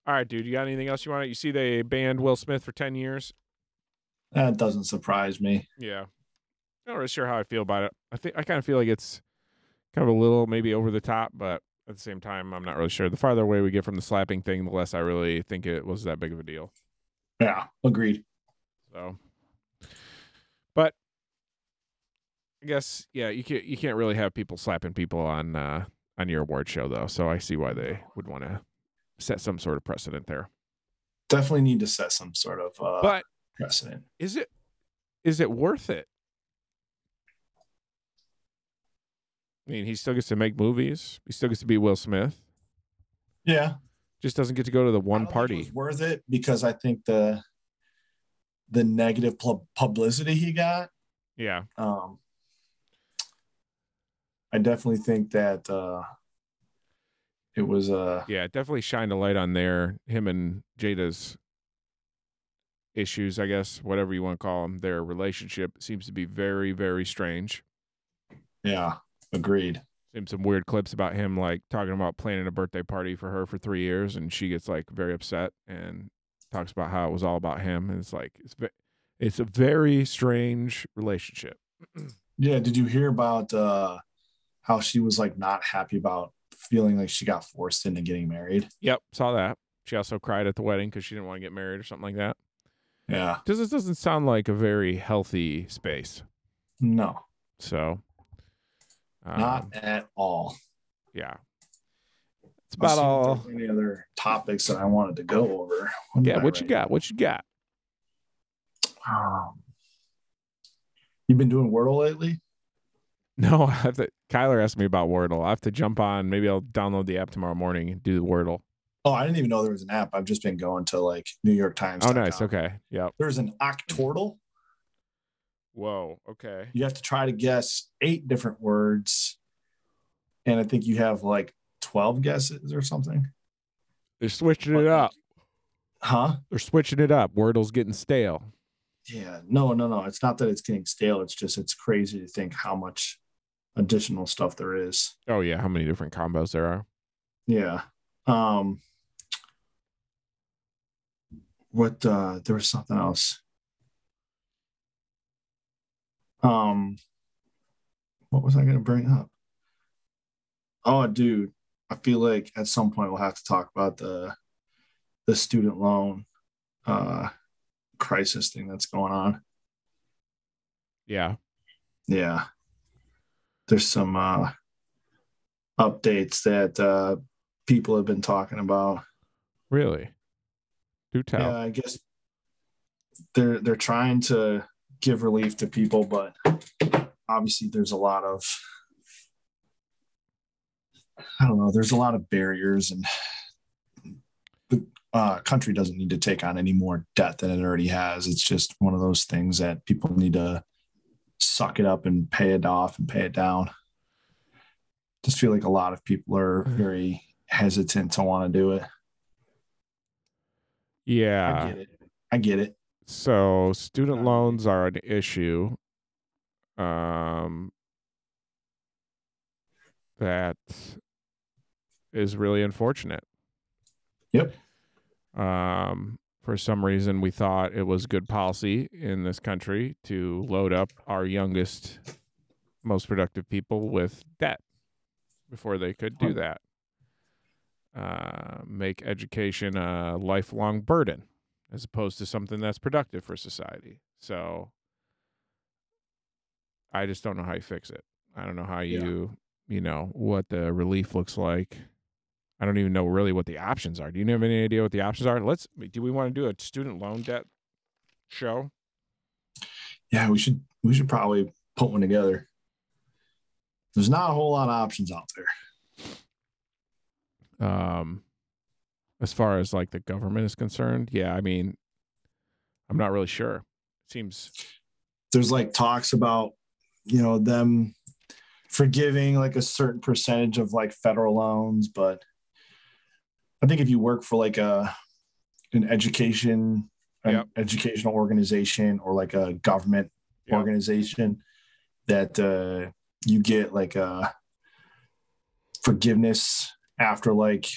All right, dude. You got anything else you want? to You see, they banned Will Smith for 10 years.
That doesn't surprise me.
Yeah, not really sure how I feel about it. I think I kind of feel like it's kind of a little maybe over the top, but at the same time, I'm not really sure. The farther away we get from the slapping thing, the less I really think it was that big of a deal.
Yeah, agreed.
So, but I guess yeah, you can't you can't really have people slapping people on uh, on your award show though. So I see why they would want to set some sort of precedent there.
Definitely need to set some sort of uh,
But
precedent.
is it is it worth it? I mean, he still gets to make movies. He still gets to be Will Smith.
Yeah,
Just doesn't get to go to the
I
one
don't think it
party.
was worth it because I think the the negative pub- publicity he got.
Yeah.
Um, I definitely think that uh, it was uh,
yeah, it definitely shined a light on their him and Jada's issues, I guess, whatever you want to call them. Their relationship seems to be very, very strange.
yeah, agreed.
Seen some weird clips about him like talking about planning a birthday party for her for three years, and she gets like very upset and talks about how it was all about him, and it's like it's ve- it's a very strange relationship.
Yeah, did you hear about uh, how she was like not happy about feeling like she got forced into getting married?
Yep, saw that. She also cried at the wedding because she didn't want to get married or something like that.
Yeah,
Because this doesn't sound like a very healthy space.
no,
So, um,
not at all.
yeah, it's about
Let's see if
all.
there's Any other topics that I wanted to go over? What did
Yeah,
I
what you
write?
got? What you got?
Um, you been doing Wordle lately?
No, I have to. Kyler asked me about Wordle. I have to jump on. Maybe I'll download the app tomorrow morning and do the Wordle.
Oh, I didn't even know there was an app. I've just been going to like New York Times.
Oh, nice. Okay. Yep.
There's an Octortle.
Whoa. Okay.
You have to try to guess eight different words, and I think you have like twelve guesses or something.
They're switching it up.
Huh?
They're switching it up. Wordle's getting stale.
Yeah. No, no, no. It's not that it's getting stale. It's just it's crazy to think how much additional stuff there is.
Oh yeah, how many different combos there are?
Yeah. Um what uh there was something else. Um what was I gonna bring up? Oh dude, I feel like at some point we'll have to talk about the the student loan uh crisis thing that's going on.
Yeah.
Yeah. There's some uh updates that uh people have been talking about.
Really. Do tell.
Yeah, I guess they're they're trying to give relief to people, but obviously there's a lot of I don't know, there's a lot of barriers and the uh, country doesn't need to take on any more debt than it already has. It's just one of those things that people need to suck it up and pay it off and pay it down. Just feel like a lot of people are very hesitant to want to do it. I
Yeah.
get it. I get it.
So student
Uh,
loans are an issue. Um, that is really unfortunate.
Yep.
Um, for some reason, we thought it was good policy in this country to load up our youngest, most productive people with debt before they could do that. Uh, make education a lifelong burden as opposed to something that's productive for society. So I just don't know how you fix it. I don't know how
Yeah.
you, you know, what the relief looks like. I don't even know really what the options are. Do you have any idea what the options are? Let's do we want to do a student loan debt show?
Yeah, we should we should probably put one together. There's not a whole lot of options out there.
Um as far as like the government is concerned, yeah, I mean I'm not really sure. Seems
There's like talks about, you know, them forgiving like a certain percentage of like federal loans, but I think if you work for like a an education an
Yep.
educational organization or like a government
Yep.
organization that uh, you get like a forgiveness after like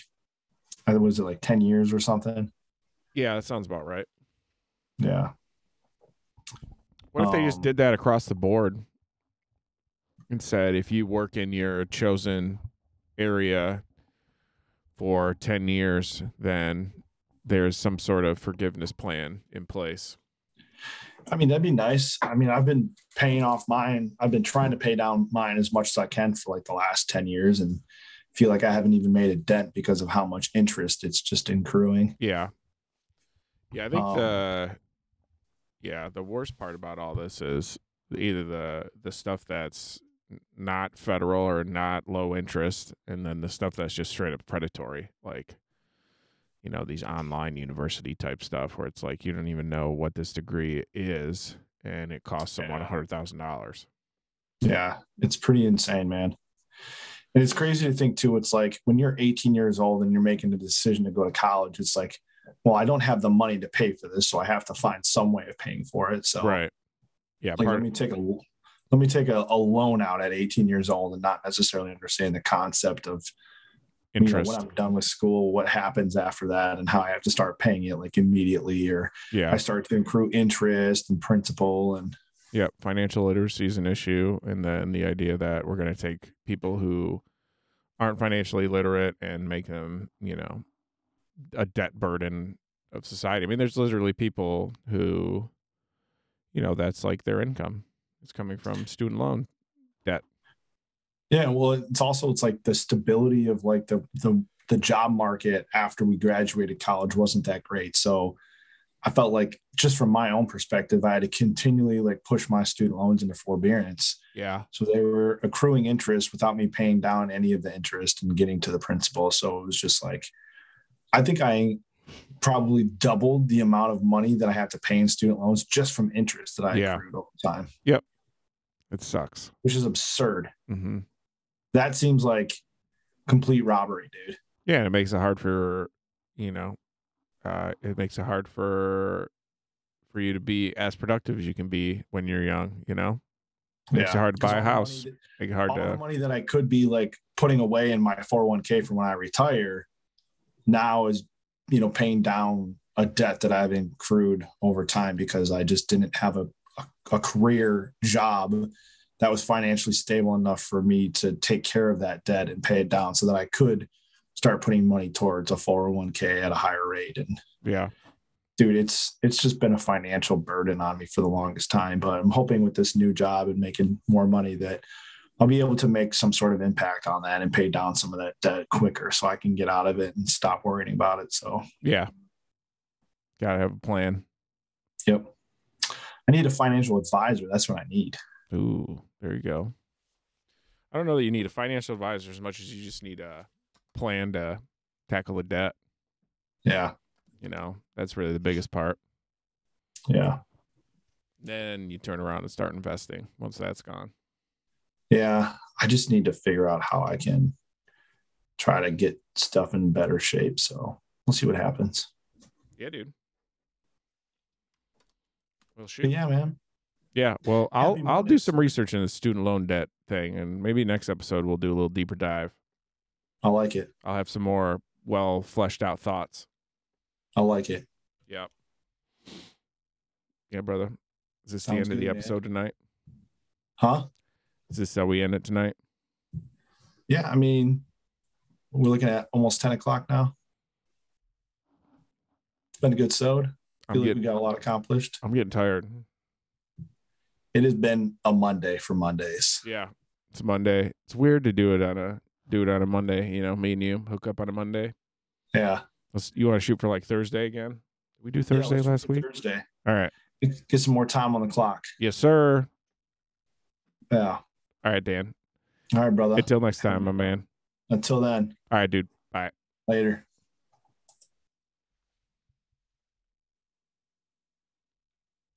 I think was it like 10 years or something
Yeah, that sounds about right.
yeah
What if they just
Um,
did that across the board and said if you work in your chosen area for 10 years, then there's some sort of forgiveness plan in place?
I mean that'd be nice I mean I've been paying off mine I've been trying to pay down mine as much as I can for like the last 10 years and feel like I haven't even made a dent because of how much interest it's just accruing
Yeah. Yeah, I think
Um,
the yeah, the worst part about all this is either the the stuff that's n- not federal or not low interest and then the stuff that's just straight up predatory like you know these online university type stuff where it's like you don't even know what this degree is and it costs someone
Yeah.
$100,000.
Yeah, it's pretty insane, man. And it's crazy to think too. It's like when you're 18 years old and you're making the decision to go to college, it's like, well, I don't have the money to pay for this, so I have to find some way of paying for it. So
Right. Yeah,
like,
part,
let me take a let me take a, a loan out at 18 years old and not necessarily understand the concept of you know,
interest.
when I'm done with school, what happens after that, and how I have to start paying it like immediately, or
yeah.
I start to accrue interest and principal and
Yeah, financial literacy is an issue, and then the idea that we're going to take people who aren't financially literate and make them, you know, a debt burden of society. I mean, there's literally people who, you know, that's like their income. It's coming from student loan.
Yeah, well, it's also it's like the stability of like the the the job market after we graduated college wasn't that great. So I felt like just from my own perspective, I had to continually like push my student loans into forbearance.
Yeah,
So they were accruing interest without me paying down any of the interest and getting to the principal. So it was just like I think I probably doubled the amount of money that I have to pay in student loans just from interest that I
Yeah.
accrued over time,
it sucks.
which is absurd.
hmm
That seems like complete robbery, dude.
Yeah, and it makes it hard for, you know, uh, it makes it hard for for you to be as productive as you can be when you're young. You know, makes it hard to
'cause
buy a
all the money
house.
that-
make it hard
all the
to.
money that I could be like putting away in my 401k for when I retire now is, you know, paying down a debt that I've accrued over time because I just didn't have a, a, a career job that was financially stable enough for me to take care of that debt and pay it down so that I could start putting money towards a 401k at a higher rate and
Yeah.
dude, it's it's just been a financial burden on me for the longest time. But I'm hoping with this new job and making more money that I'll be able to make some sort of impact on that and pay down some of that debt quicker, so I can get out of it and stop worrying about it. So,
Yeah. Gotta have a plan.
yep, I need a financial advisor. That's what I need.
Ooh, there you go. I don't know that you need a financial advisor as much as you just need a plan to tackle the debt.
Yeah,
You know, that's really the biggest part.
yeah,
Then you turn around and start investing once that's gone.
yeah. I just need to figure out how I can try to get stuff in better shape. So we'll see what happens.
Yeah, dude. Well, shoot.
But yeah, man.
Yeah, well, I'll
Happy
I'll do
Mondays.
some research in the student loan debt thing, and maybe next episode we'll do a little deeper dive.
I like it.
I'll have some more well fleshed out thoughts.
I like it.
Yep. Yeah, brother. Is this the
Sounds
end of the
good, man.
episode tonight?
Huh?
Is this how we end it tonight?
Yeah, I mean, we're looking at almost 10 o'clock now. It's been a good sode. I
I'm
feel like
getting
we got a lot accomplished.
I'm getting tired.
It has been a Monday for Mondays.
Yeah. It's Monday. It's weird to do it on a do it on a Monday, you know, me and you hook up on a Monday.
Yeah.
Let's you want to shoot for like Thursday again? Did we do Thursday
Yeah, let's
last
do
week?
Thursday.
All right.
Get get some more time on the clock.
Yes, sir.
Yeah.
All right, Dan.
All right, brother.
Until next time, my man.
Until then,
All right, dude.
later.